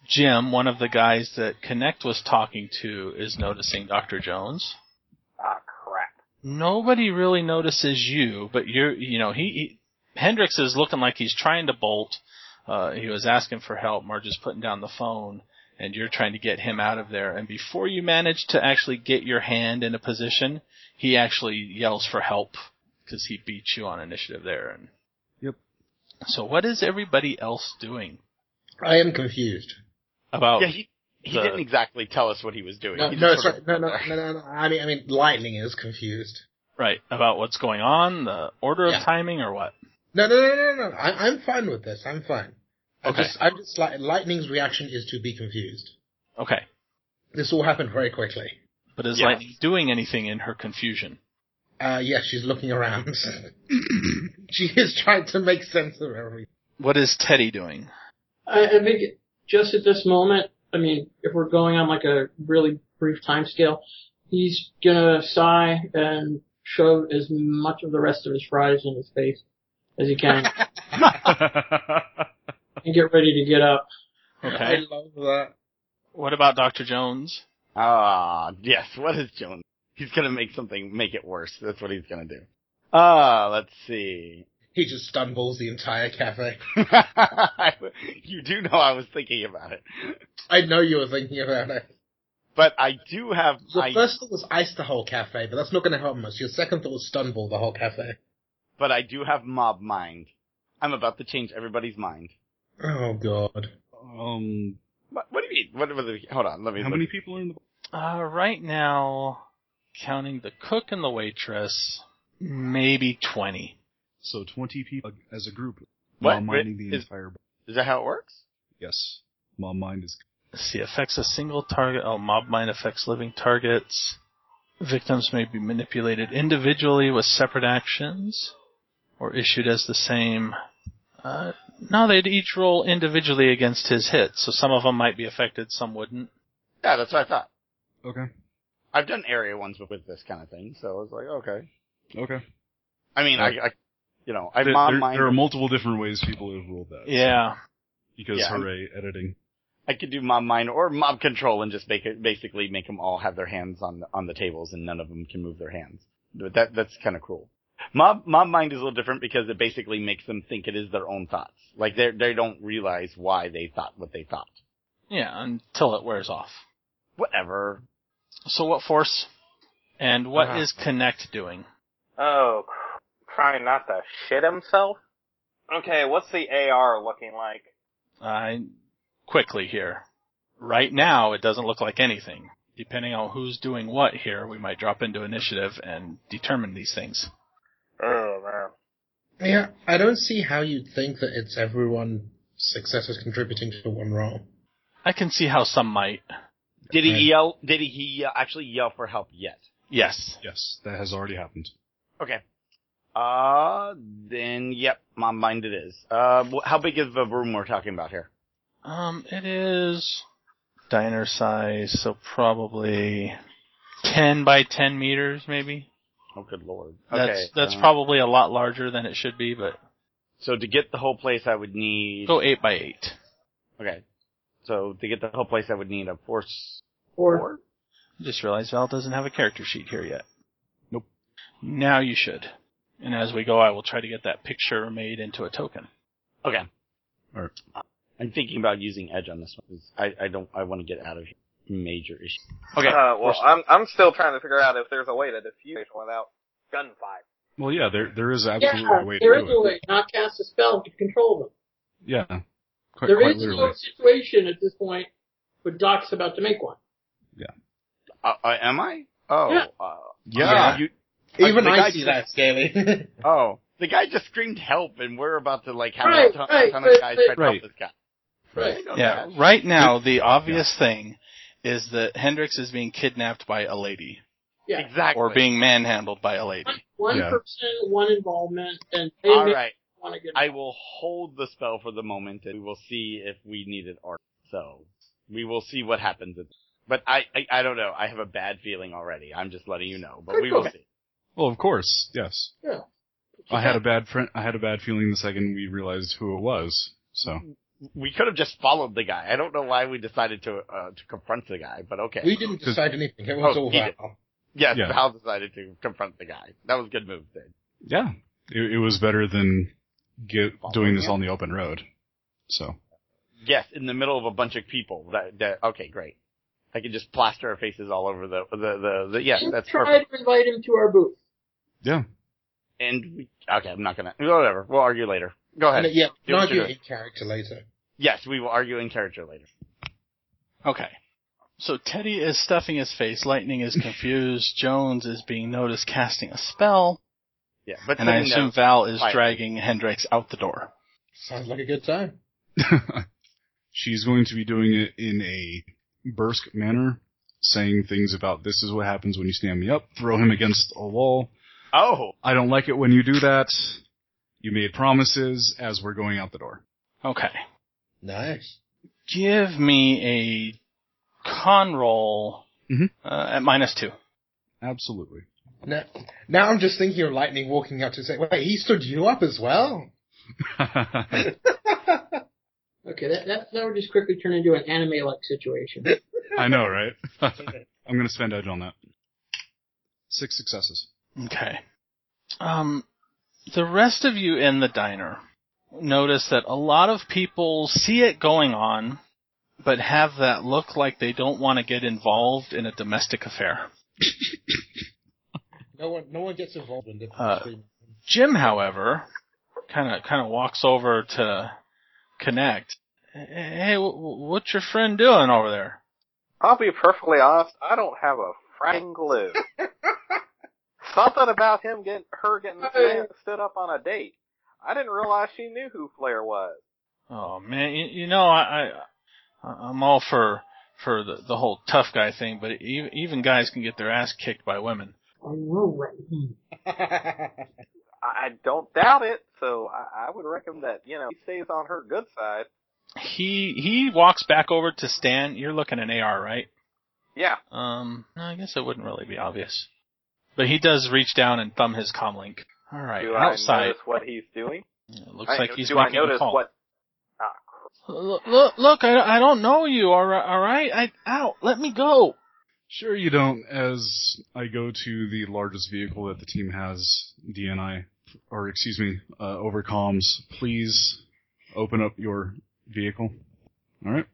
Speaker 1: Jim, one of the guys that Connect was talking to, is noticing Doctor Jones.
Speaker 3: Ah, crap.
Speaker 1: nobody really notices you, but you're, you know, he, he Hendrix is looking like he's trying to bolt. Uh, he was asking for help. Marge is putting down the phone, and you're trying to get him out of there. And before you manage to actually get your hand in a position, he actually yells for help because he beats you on initiative there. And
Speaker 5: Yep.
Speaker 1: So what is everybody else doing
Speaker 6: I am confused.
Speaker 1: about?
Speaker 4: yeah, he he
Speaker 1: Oh. The-
Speaker 4: didn't exactly tell us what he was doing.
Speaker 6: No,
Speaker 4: He just
Speaker 6: no,
Speaker 4: sort
Speaker 6: sorry,
Speaker 4: of-
Speaker 6: no, no, no, no, no. I mean, I mean, lightning is confused.
Speaker 1: Right about what's going on, the order
Speaker 6: Yeah.
Speaker 1: of timing, or what?
Speaker 6: No, no, no, no, no. I, I'm fine with this. I'm fine. I
Speaker 1: Okay.
Speaker 6: just, I just like lightning's reaction is to be confused.
Speaker 1: Okay,
Speaker 6: This all happened very quickly.
Speaker 1: but is
Speaker 4: Yeah.
Speaker 1: Lightning doing anything in her confusion?
Speaker 6: Uh, yeah, she's looking around. she is trying to make sense of everything.
Speaker 1: What is Teddy doing?
Speaker 2: I, I think just at this moment, I mean, if we're going on like a really brief time scale, he's gonna sigh and shove as much of the rest of his fries in his face as he can and get ready to get up.
Speaker 6: I
Speaker 1: Okay.
Speaker 6: love that.
Speaker 1: What about Dr. Jones?
Speaker 4: Ah, yes. What is Jones? He's gonna make something, make it worse. That's what he's gonna do. Ah, let's see.
Speaker 6: He just stumbles the entire cafe.
Speaker 4: you do know I was thinking about it,
Speaker 6: I know you were thinking about it.
Speaker 4: but I do have.
Speaker 6: Your
Speaker 4: I,
Speaker 6: first thought was ice the whole cafe, but that's not going to help much. Your second thought was stumble the whole cafe.
Speaker 4: but I do have mob mind. I'm about to change everybody's mind.
Speaker 6: Oh god.
Speaker 5: um
Speaker 4: What, what do you mean? What, what, do you- hold on. Let me.
Speaker 5: how
Speaker 4: look.
Speaker 5: many people are in the
Speaker 1: Uh, right now, counting the cook and the waitress, maybe 20.
Speaker 5: so twenty people as a group
Speaker 4: What?
Speaker 5: while minding the
Speaker 4: Is-
Speaker 5: entire
Speaker 4: Is that how it works?
Speaker 5: yes. While mind is
Speaker 1: Let's see, affects a single target. Oh, mob mind affects living targets. Victims may be manipulated individually with separate actions or issued as the same. Uh, no, they'd each roll individually against his hit, so some of them might be affected, some wouldn't.
Speaker 4: Yeah, that's what I thought.
Speaker 5: Okay.
Speaker 4: I've done area ones with, with this kind of thing, so I was like, okay.
Speaker 5: Okay.
Speaker 4: I mean, I,
Speaker 5: Yeah.
Speaker 4: I you know, I
Speaker 5: there,
Speaker 4: mob
Speaker 5: there-
Speaker 4: mind.
Speaker 5: there are multiple different ways people have ruled that.
Speaker 1: Yeah.
Speaker 5: Because
Speaker 4: Yeah.
Speaker 5: hooray, editing.
Speaker 4: I could do mob mind or mob control and just make it basically make them all have their hands on the, on the tables and none of them can move their hands. But that that's kind of cool. Mob mob mind is a little different because it basically makes them think it is their own thoughts. Like they they don't realize why they thought what they thought.
Speaker 1: Yeah, until it wears off.
Speaker 4: Whatever.
Speaker 1: So what force? And what is
Speaker 4: Ah.
Speaker 1: Connect doing?
Speaker 3: Oh, cr- trying not to shit himself. Okay, what's the AR looking like?
Speaker 1: I quickly here. Right now, it doesn't look like anything. depending on who's doing what here, we might drop into initiative and determine these things.
Speaker 3: Oh man.
Speaker 6: Yeah, I don't see how you'd think that it's everyone successes contributing to one role.
Speaker 1: I can see how some might.
Speaker 4: Did he
Speaker 6: Right.
Speaker 4: yell? Did he uh, actually yell for help yet?
Speaker 1: Yes.
Speaker 5: Yes, that has already happened.
Speaker 4: Okay. Uh, then yep, my mind it is. Uh, wh- how big is the room we're talking about here?
Speaker 1: Um, it is diner size, so probably 10 by 10 meters, maybe.
Speaker 4: Oh, good lord.
Speaker 1: that's that's
Speaker 4: uh,
Speaker 1: probably a lot larger than it should be, but
Speaker 4: So to get the whole place, I would need.
Speaker 1: go 8 by 8.
Speaker 4: Okay. So to get the whole place, I would need a force.
Speaker 2: Or,
Speaker 4: Four?
Speaker 1: Just realized Val doesn't have a character sheet here yet.
Speaker 5: Nope.
Speaker 1: Now you should. And as we go, I will try to get that picture made into a token.
Speaker 4: Okay. Uh,
Speaker 5: Alright.
Speaker 4: I'm thinking about using edge on this one. 'cause I, I don't. I want to get out of here. Major issue. Okay.
Speaker 3: Uh, well,
Speaker 4: force-
Speaker 3: I'm I'm still trying to figure out if there's a way to defuse it without gunfire.
Speaker 5: Well, yeah, there there is absolutely
Speaker 2: yeah,
Speaker 5: a way to
Speaker 2: there is
Speaker 5: do
Speaker 2: a
Speaker 5: it.
Speaker 2: way not cast a spell to control them.
Speaker 5: Yeah, quite,
Speaker 2: There
Speaker 5: quite
Speaker 2: is
Speaker 5: literally.
Speaker 2: no situation at this point, but Doc's about to make one.
Speaker 4: uh, uh, am I? Oh.
Speaker 2: Yeah.
Speaker 4: Uh,
Speaker 5: Yeah.
Speaker 4: you-
Speaker 6: Even
Speaker 4: the
Speaker 6: I
Speaker 4: guy
Speaker 6: see
Speaker 4: just-
Speaker 6: that scaly.
Speaker 4: oh, the guy just screamed help, and we're about to like have
Speaker 2: Right,
Speaker 4: a ton,
Speaker 2: right,
Speaker 4: ton
Speaker 2: but-
Speaker 4: of guys
Speaker 2: but-
Speaker 4: try to
Speaker 5: Right.
Speaker 4: help this guy.
Speaker 2: Right.
Speaker 4: Don't
Speaker 1: Yeah.
Speaker 4: know.
Speaker 1: Right now, the obvious thing is that Hendrix is being kidnapped by a lady
Speaker 2: Yeah.
Speaker 4: Exactly.
Speaker 1: or being manhandled by a lady.
Speaker 2: One, one
Speaker 5: Yeah.
Speaker 2: person, one involvement, and they
Speaker 4: All right.
Speaker 2: want to get.
Speaker 4: I will hold the spell for the moment, and we will see if we need it or so. We will see what happens. At, but I, I, I don't know. I have a bad feeling already. I'm just letting you know. But we will see.
Speaker 5: Well, of course, yes.
Speaker 2: Yeah.
Speaker 5: I had a bad friend. I had a bad feeling the second we realized who it was. So
Speaker 4: We could have just followed the guy. I don't know why we decided to uh, to confront the guy, but okay.
Speaker 6: we didn't decide anything. It was
Speaker 4: Oh,
Speaker 6: all
Speaker 4: he did.
Speaker 6: Val.
Speaker 4: yes,
Speaker 5: Yeah.
Speaker 4: Hal decided to confront the guy. That was a good move, Sid.
Speaker 5: yeah, it, it was better than get, doing this
Speaker 4: him.
Speaker 5: on the open road. So
Speaker 4: Yes, in the middle of a bunch of people. That, that okay, great. I can just plaster our faces all over the the the, the yes,
Speaker 2: And
Speaker 4: that's
Speaker 2: try
Speaker 4: perfect.
Speaker 2: to invite him to our booth.
Speaker 5: yeah,
Speaker 4: And we okay, I'm not gonna whatever. We'll argue later. Go ahead.
Speaker 6: And, yeah,
Speaker 4: Do what
Speaker 6: not
Speaker 4: you're
Speaker 6: you
Speaker 4: doing.
Speaker 6: in character later.
Speaker 4: Yes, we will argue in character later.
Speaker 1: Okay. So Teddy is stuffing his face. Lightning is confused. Jones is being noticed casting a spell.
Speaker 4: Yeah, but uh,
Speaker 1: And I
Speaker 4: sitting
Speaker 1: assume
Speaker 4: down-
Speaker 1: Val is
Speaker 4: Fire.
Speaker 1: dragging Hendrix out the door.
Speaker 6: Sounds like a good time.
Speaker 5: she's going to be doing it in a brusque manner, saying things about this is what happens when you stand me up, throw him against a wall.
Speaker 4: oh,
Speaker 5: I don't like it when you do that. You made promises as we're going out the door.
Speaker 1: Okay.
Speaker 6: Nice.
Speaker 1: Give me a con roll
Speaker 5: Mhm.
Speaker 1: uh, at minus two.
Speaker 5: Absolutely.
Speaker 6: Now, now I'm just thinking of Lightning walking up to say, wait, he stood you up as well?
Speaker 5: I
Speaker 2: Okay, that, that that would just quickly turn into an anime-like situation.
Speaker 5: know, right? I'm going to spend edge on that. Six successes.
Speaker 1: Okay. Um, the rest of you in the diner notice that a lot of people see it going on, but have that look like they don't want to get involved in a domestic affair.
Speaker 6: No one, no one gets involved in this.
Speaker 1: Uh, Jim, however, kind of kind of walks over to connect. Hey, wh- wh- what's your friend doing over there?
Speaker 3: I'll be perfectly honest. I don't have a frang clue. Something about him getting her getting stand, stood up on a date. I didn't realize she knew who Flair was.
Speaker 1: Oh man, you, you know I, I I'm all for for the the whole tough guy thing, but even, even guys can get their ass kicked by women.
Speaker 2: I know, right?
Speaker 3: I, I don't doubt it, so I, I would recommend that you know he stays on her good side.
Speaker 1: He he walks back over to Stan. You're looking at AR, right?
Speaker 3: Yeah.
Speaker 1: Um, no, I guess it wouldn't really be obvious, but he does reach down and thumb his comlink. All right,
Speaker 3: do I
Speaker 1: outside.
Speaker 3: notice what he's doing?
Speaker 1: It looks like
Speaker 3: I,
Speaker 1: he's
Speaker 3: do I
Speaker 1: making
Speaker 3: notice
Speaker 1: a call.
Speaker 3: what? Ah,
Speaker 1: Look, look, look I, I don't know you. All right, all right. I out. Let me go.
Speaker 5: Sure you don't, as I go to the largest vehicle that the team has, DNI, or excuse me, uh, over comms, please open up your vehicle. Alright.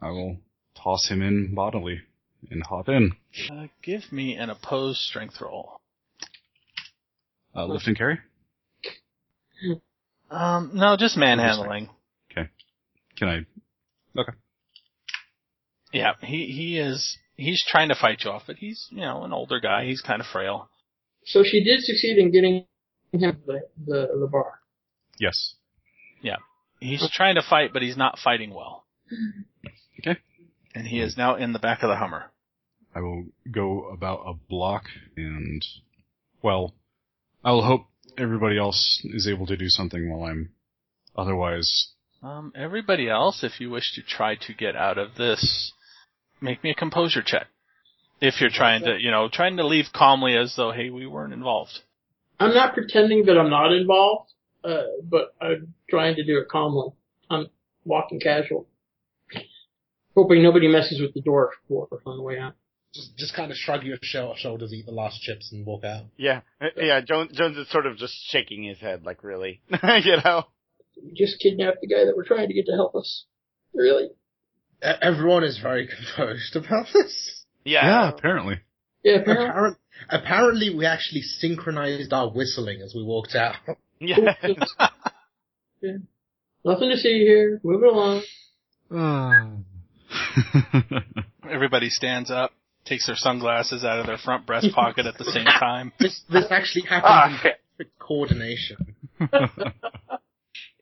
Speaker 5: I will toss him in bodily and hop in.
Speaker 1: Uh, give me an opposed strength roll.
Speaker 5: Uh, lift and carry?
Speaker 1: Um, no, just manhandling.
Speaker 5: Can I?
Speaker 1: Yeah, he he is he's trying to fight you off, but he's you know an older guy. He's kind of frail.
Speaker 2: So she did succeed in getting him the the, the bar.
Speaker 5: Yes.
Speaker 1: He's trying to fight, but he's not fighting well.
Speaker 5: Okay.
Speaker 1: And
Speaker 6: Hmm.
Speaker 1: he is now in the back of the Hummer.
Speaker 5: I will go about a block and, well, I'll hope everybody else is able to do something while I'm, otherwise,
Speaker 1: Um, everybody else, if you wish to try to get out of this, make me a composure check. If you're trying to, you know, trying to leave calmly as though, hey, we weren't involved.
Speaker 2: I'm not pretending that I'm not involved, uh, but I'm trying to do it calmly. I'm walking casual, hoping nobody messes with the door on the way out.
Speaker 6: Just, just kind of shrug your shou- shoulders, eat the last chips, and walk out.
Speaker 4: Yeah, yeah. Jones, Jones is sort of just shaking his head, like really, you know.
Speaker 2: We just kidnapped the guy that we're trying to get to help us. Really?
Speaker 6: E- Everyone is very composed about this.
Speaker 4: Yeah,
Speaker 5: yeah, apparently.
Speaker 2: Yeah, apparently.
Speaker 6: Apparent, apparently, we actually synchronized our whistling as we walked out.
Speaker 4: yeah.
Speaker 2: Yeah. Nothing to see here. Moving along.
Speaker 5: Uh,
Speaker 1: Everybody stands up, takes their sunglasses out of their front breast pocket at the same time.
Speaker 6: This this actually
Speaker 3: Ah,
Speaker 6: happens
Speaker 3: shit.
Speaker 6: in perfect coordination.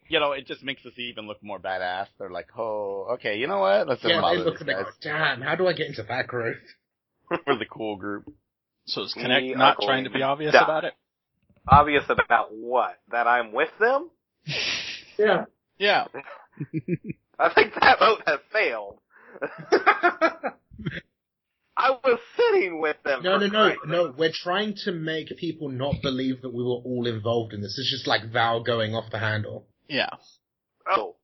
Speaker 4: you know, it just makes us even look more badass. They're like, oh, okay, you know what? Let's
Speaker 6: Yeah,
Speaker 4: not
Speaker 6: they
Speaker 4: bother
Speaker 6: look
Speaker 4: these
Speaker 6: at it.
Speaker 4: guys.
Speaker 6: Go, Damn, how do I get into that group?
Speaker 4: We're the cool group.
Speaker 1: So is
Speaker 3: We
Speaker 1: Connect
Speaker 3: are
Speaker 1: not
Speaker 3: going
Speaker 1: trying to be
Speaker 3: to
Speaker 1: obvious
Speaker 3: die.
Speaker 1: about it?
Speaker 3: Obvious about what? That I'm with them?
Speaker 2: Yeah.
Speaker 1: Yeah.
Speaker 3: I think that vote has failed. I was sitting with them.
Speaker 6: No, no,
Speaker 3: for
Speaker 6: no,
Speaker 3: Christ's
Speaker 6: no.
Speaker 3: sake.
Speaker 6: We're trying to make people not believe that we were all involved in this. It's just like Val going off the handle.
Speaker 1: Yeah.
Speaker 3: Oh.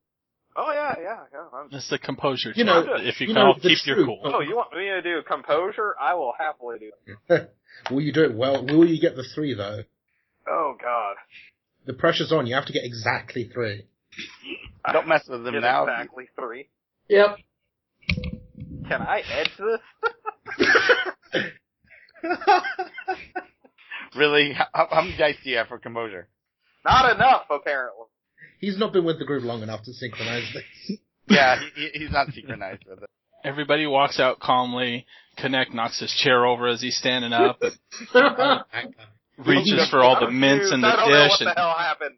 Speaker 3: Oh yeah, yeah, yeah. I'm
Speaker 1: That's the composure
Speaker 6: You
Speaker 1: check.
Speaker 6: know,
Speaker 1: if you,
Speaker 6: you
Speaker 1: can
Speaker 6: know,
Speaker 1: all
Speaker 6: the
Speaker 1: keep your
Speaker 6: truth
Speaker 1: cool.
Speaker 3: Oh, you want me to do composure? I will happily do. it.
Speaker 6: Oh, Will you do it well? Will you get the three though?
Speaker 3: Oh God,
Speaker 6: The pressure's on. You have to get exactly three.
Speaker 4: Don't mess with them
Speaker 3: Get
Speaker 4: now.
Speaker 3: exactly three.
Speaker 2: Yep.
Speaker 3: Can I edge this?
Speaker 4: Really? How, how how many dice do you have for composure?
Speaker 3: Not enough, apparently.
Speaker 6: He's not been with the group long enough to synchronize this.
Speaker 4: Yeah, he, he- he's not synchronized with it.
Speaker 1: Everybody walks out calmly. Connect knocks his chair over as he's standing up, and reaches for all the
Speaker 3: I'm
Speaker 1: mints
Speaker 3: confused.
Speaker 1: and the
Speaker 3: I don't know what
Speaker 1: dish.
Speaker 3: the
Speaker 1: And,
Speaker 3: hell happened.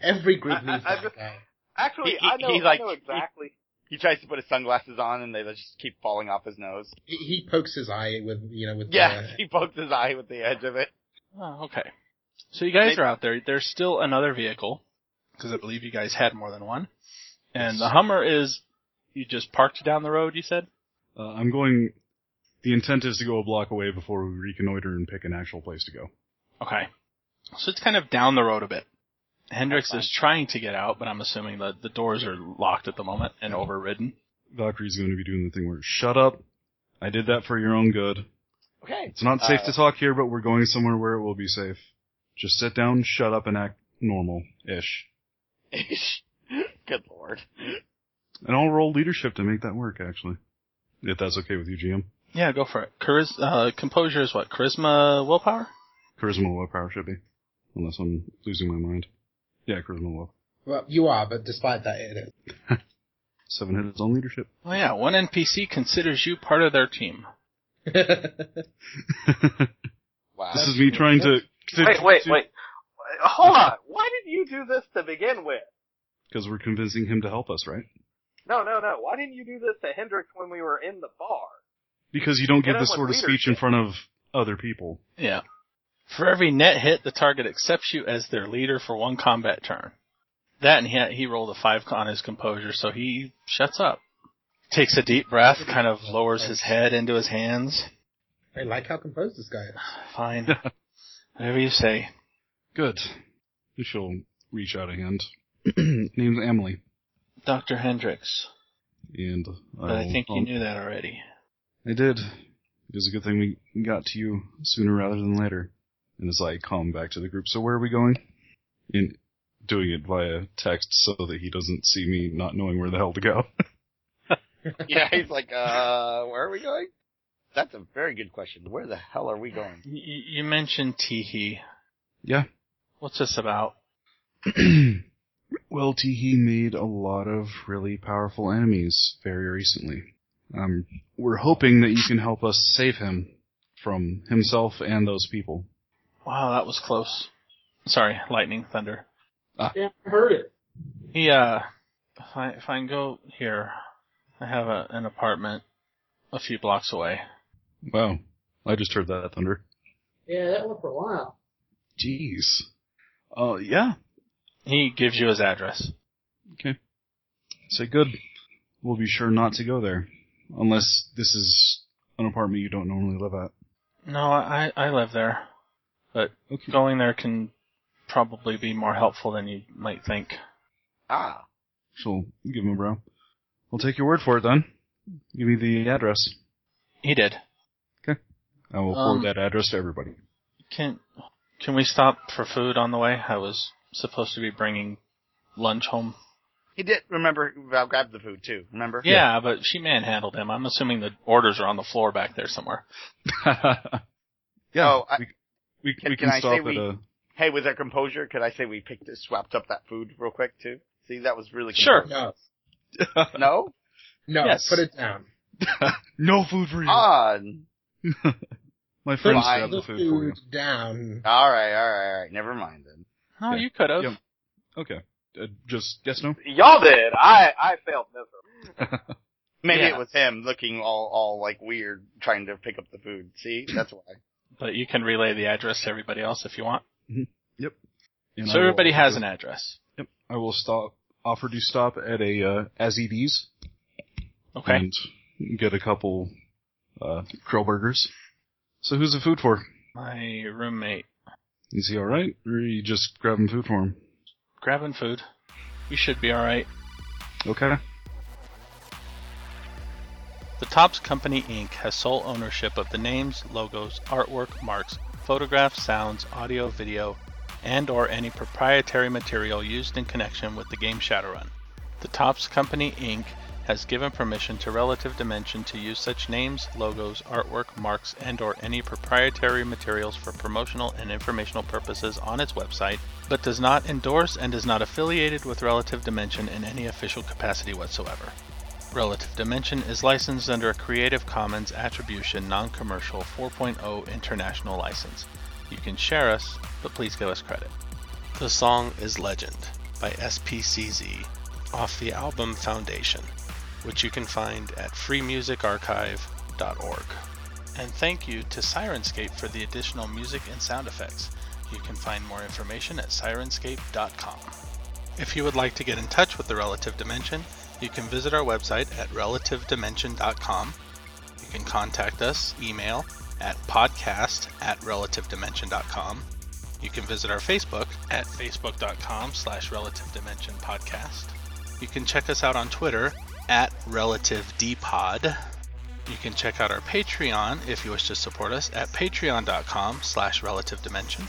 Speaker 6: Every group
Speaker 3: I- I-
Speaker 6: needs
Speaker 3: I
Speaker 6: that
Speaker 3: just-
Speaker 6: guy.
Speaker 3: Actually,
Speaker 4: He- he-
Speaker 3: I know.
Speaker 4: he's
Speaker 3: I
Speaker 4: like-
Speaker 3: know exactly.
Speaker 4: He tries to put his sunglasses on, and they just keep falling off his nose.
Speaker 6: He, he pokes his eye with you know with
Speaker 4: Yeah,
Speaker 6: the,
Speaker 4: he poked his eye with the edge of it.
Speaker 1: oh, okay. So you guys
Speaker 4: Maybe-
Speaker 1: are out there. There's still another vehicle because I believe you guys had more than one. And the Hummer is you just parked down the road. You said.
Speaker 5: Uh, I'm going, the intent is to go a block away before we reconnoiter and pick an actual place to go.
Speaker 1: Okay. So it's kind of down the road a bit. Hendrix is trying to get out, but I'm assuming that the doors are locked at the moment and overridden.
Speaker 5: Valkyrie's going to be doing the thing where, shut up, I did that for your own good.
Speaker 4: Okay.
Speaker 5: It's not safe
Speaker 4: Uh,
Speaker 5: to talk here, but we're going somewhere where it will be safe. Just sit down, shut up, and act normal-ish.
Speaker 4: Good lord.
Speaker 5: And I'll roll leadership to make that work, actually. If that's okay with you, GM.
Speaker 1: Yeah, go for it. Chariz- uh, composure is what? Charisma, willpower?
Speaker 5: Charisma willpower should be. Unless I'm losing my mind. Yeah, charisma will.
Speaker 6: Well, you are, but despite that, it is.
Speaker 5: Seven hits on leadership.
Speaker 1: Oh yeah, one NPC considers you part of their team.
Speaker 5: this
Speaker 4: Wow.
Speaker 5: is me trying to...
Speaker 3: Wait, wait, wait. Hold on. Why did you do this to begin with?
Speaker 5: Because we're convincing him to help us, right?
Speaker 3: No, no, no. Why didn't you do this to Hendrix when we were in the bar?
Speaker 5: Because you don't
Speaker 3: Get
Speaker 5: give
Speaker 3: on
Speaker 5: this
Speaker 3: with
Speaker 5: sort of speech
Speaker 3: leadership.
Speaker 5: in front of other people.
Speaker 1: Yeah. For every net hit, the target accepts you as their leader for one combat turn. That and he, he rolled a five on his composure, so he shuts up. Takes a deep breath, kind of lowers his head into his hands.
Speaker 6: I like how composed this guy is.
Speaker 1: Fine. Whatever you say.
Speaker 5: Good. She'll reach out a hand. Name's Emily.
Speaker 1: Dr. Hendricks.
Speaker 5: And
Speaker 1: But I
Speaker 5: will-
Speaker 1: think you
Speaker 5: I'll-
Speaker 1: knew that already.
Speaker 5: I did. It was a good thing we got to you sooner rather than later. And as I come back to the group, so where are we going? In doing it via text so that he doesn't see me not knowing where the hell to go.
Speaker 4: yeah, he's like, uh, where are we going? That's a very good question. Where the hell are we going?
Speaker 1: Y- y- you mentioned Teehee.
Speaker 5: yeah.
Speaker 1: What's this about?
Speaker 5: well, Teehee made a lot of really powerful enemies very recently. Um, we're hoping that you can help us save him from himself and those people.
Speaker 1: Wow, that was close. Sorry, lightning, thunder.
Speaker 2: Yeah, I heard it.
Speaker 1: He, uh, if I, if I can go here, I have a, an apartment a few blocks away.
Speaker 5: Wow. I just heard that thunder.
Speaker 2: Yeah, that went for a while.
Speaker 5: Jeez. Uh, yeah.
Speaker 1: He gives you his address.
Speaker 5: Say good. We'll be sure not to go there. Unless this is an apartment you don't normally live at.
Speaker 1: No, I, I live there.
Speaker 5: Okay.
Speaker 1: Going there can probably be more helpful than you might think.
Speaker 4: Ah.
Speaker 5: So give him a brow. We'll take your word for it then. Give me the address.
Speaker 1: He did.
Speaker 5: I will
Speaker 1: Um,
Speaker 5: forward that address to everybody.
Speaker 1: Can can we stop for food on the way? I was supposed to be bringing lunch home.
Speaker 4: He did remember Val grabbed the food too, remember?
Speaker 1: Yeah, but she manhandled him. I'm assuming the orders are on the floor back there somewhere.
Speaker 5: yeah.
Speaker 4: Oh, I-
Speaker 5: we, we,
Speaker 4: can-
Speaker 5: we
Speaker 4: can
Speaker 5: can,
Speaker 4: I say
Speaker 5: stop
Speaker 4: we-
Speaker 5: at a.
Speaker 4: Hey, with our composure, could I say we picked swapped up that food real quick too? See, that was really
Speaker 1: Sure.
Speaker 4: composed.
Speaker 7: No.
Speaker 4: No?
Speaker 7: No,
Speaker 1: Yes.
Speaker 7: put it down.
Speaker 5: No food for you.
Speaker 4: Ah,
Speaker 5: My friends
Speaker 4: Bye.
Speaker 5: grabbed
Speaker 7: the
Speaker 5: the food for you.
Speaker 7: food down.
Speaker 4: all right, all right, all right. Never mind then.
Speaker 1: No,
Speaker 5: Yeah.
Speaker 1: you could have.
Speaker 5: Yeah. Okay. Uh, just yes, no.
Speaker 3: Y'all did. I I failed miserably.
Speaker 4: Maybe
Speaker 1: Yeah.
Speaker 4: it was him looking all all like weird trying to pick up the food. See, that's why.
Speaker 1: But you can relay the address to everybody else if you want.
Speaker 5: And
Speaker 1: so
Speaker 5: I will
Speaker 1: everybody
Speaker 5: offer
Speaker 1: has
Speaker 5: to-
Speaker 1: an address.
Speaker 5: Yep. I will stop. Offer to stop at a uh, as ED's
Speaker 1: Okay.
Speaker 5: and get a couple uh, krill burgers. So who's the food for?
Speaker 1: My roommate
Speaker 5: Is he all right, or are you just grabbing food for him?
Speaker 1: grabbing food. You should be all right.
Speaker 5: Okay.
Speaker 1: The Tops Company Inc. has sole ownership of the names, logos, artwork, marks, photographs, sounds, audio, video, and or any proprietary material used in connection with the game Shadowrun. The Tops Company Inc. has given permission to Relative Dimension to use such names, logos, artwork, marks, and or any proprietary materials for promotional and informational purposes on its website, but does not endorse and is not affiliated with Relative Dimension in any official capacity whatsoever. Relative Dimension is licensed under a Creative Commons Attribution Non Commercial 4.0 International License. You can share us, but please give us credit. The song is Legend by SPCZ off the album Foundation, which you can find at freemusicarchive.org. And thank you to Sirenscape for the additional music and sound effects. You can find more information at sirenscape.com. If you would like to get in touch with the Relative Dimension, you can visit our website at relativedimension.com. You can contact us, email at podcast at relativedimension.com. You can visit our Facebook at facebook.com slash relative dimension podcast. You can check us out on Twitter at relative dpod. You can check out our Patreon if you wish to support us at patreon.com slash relative dimension.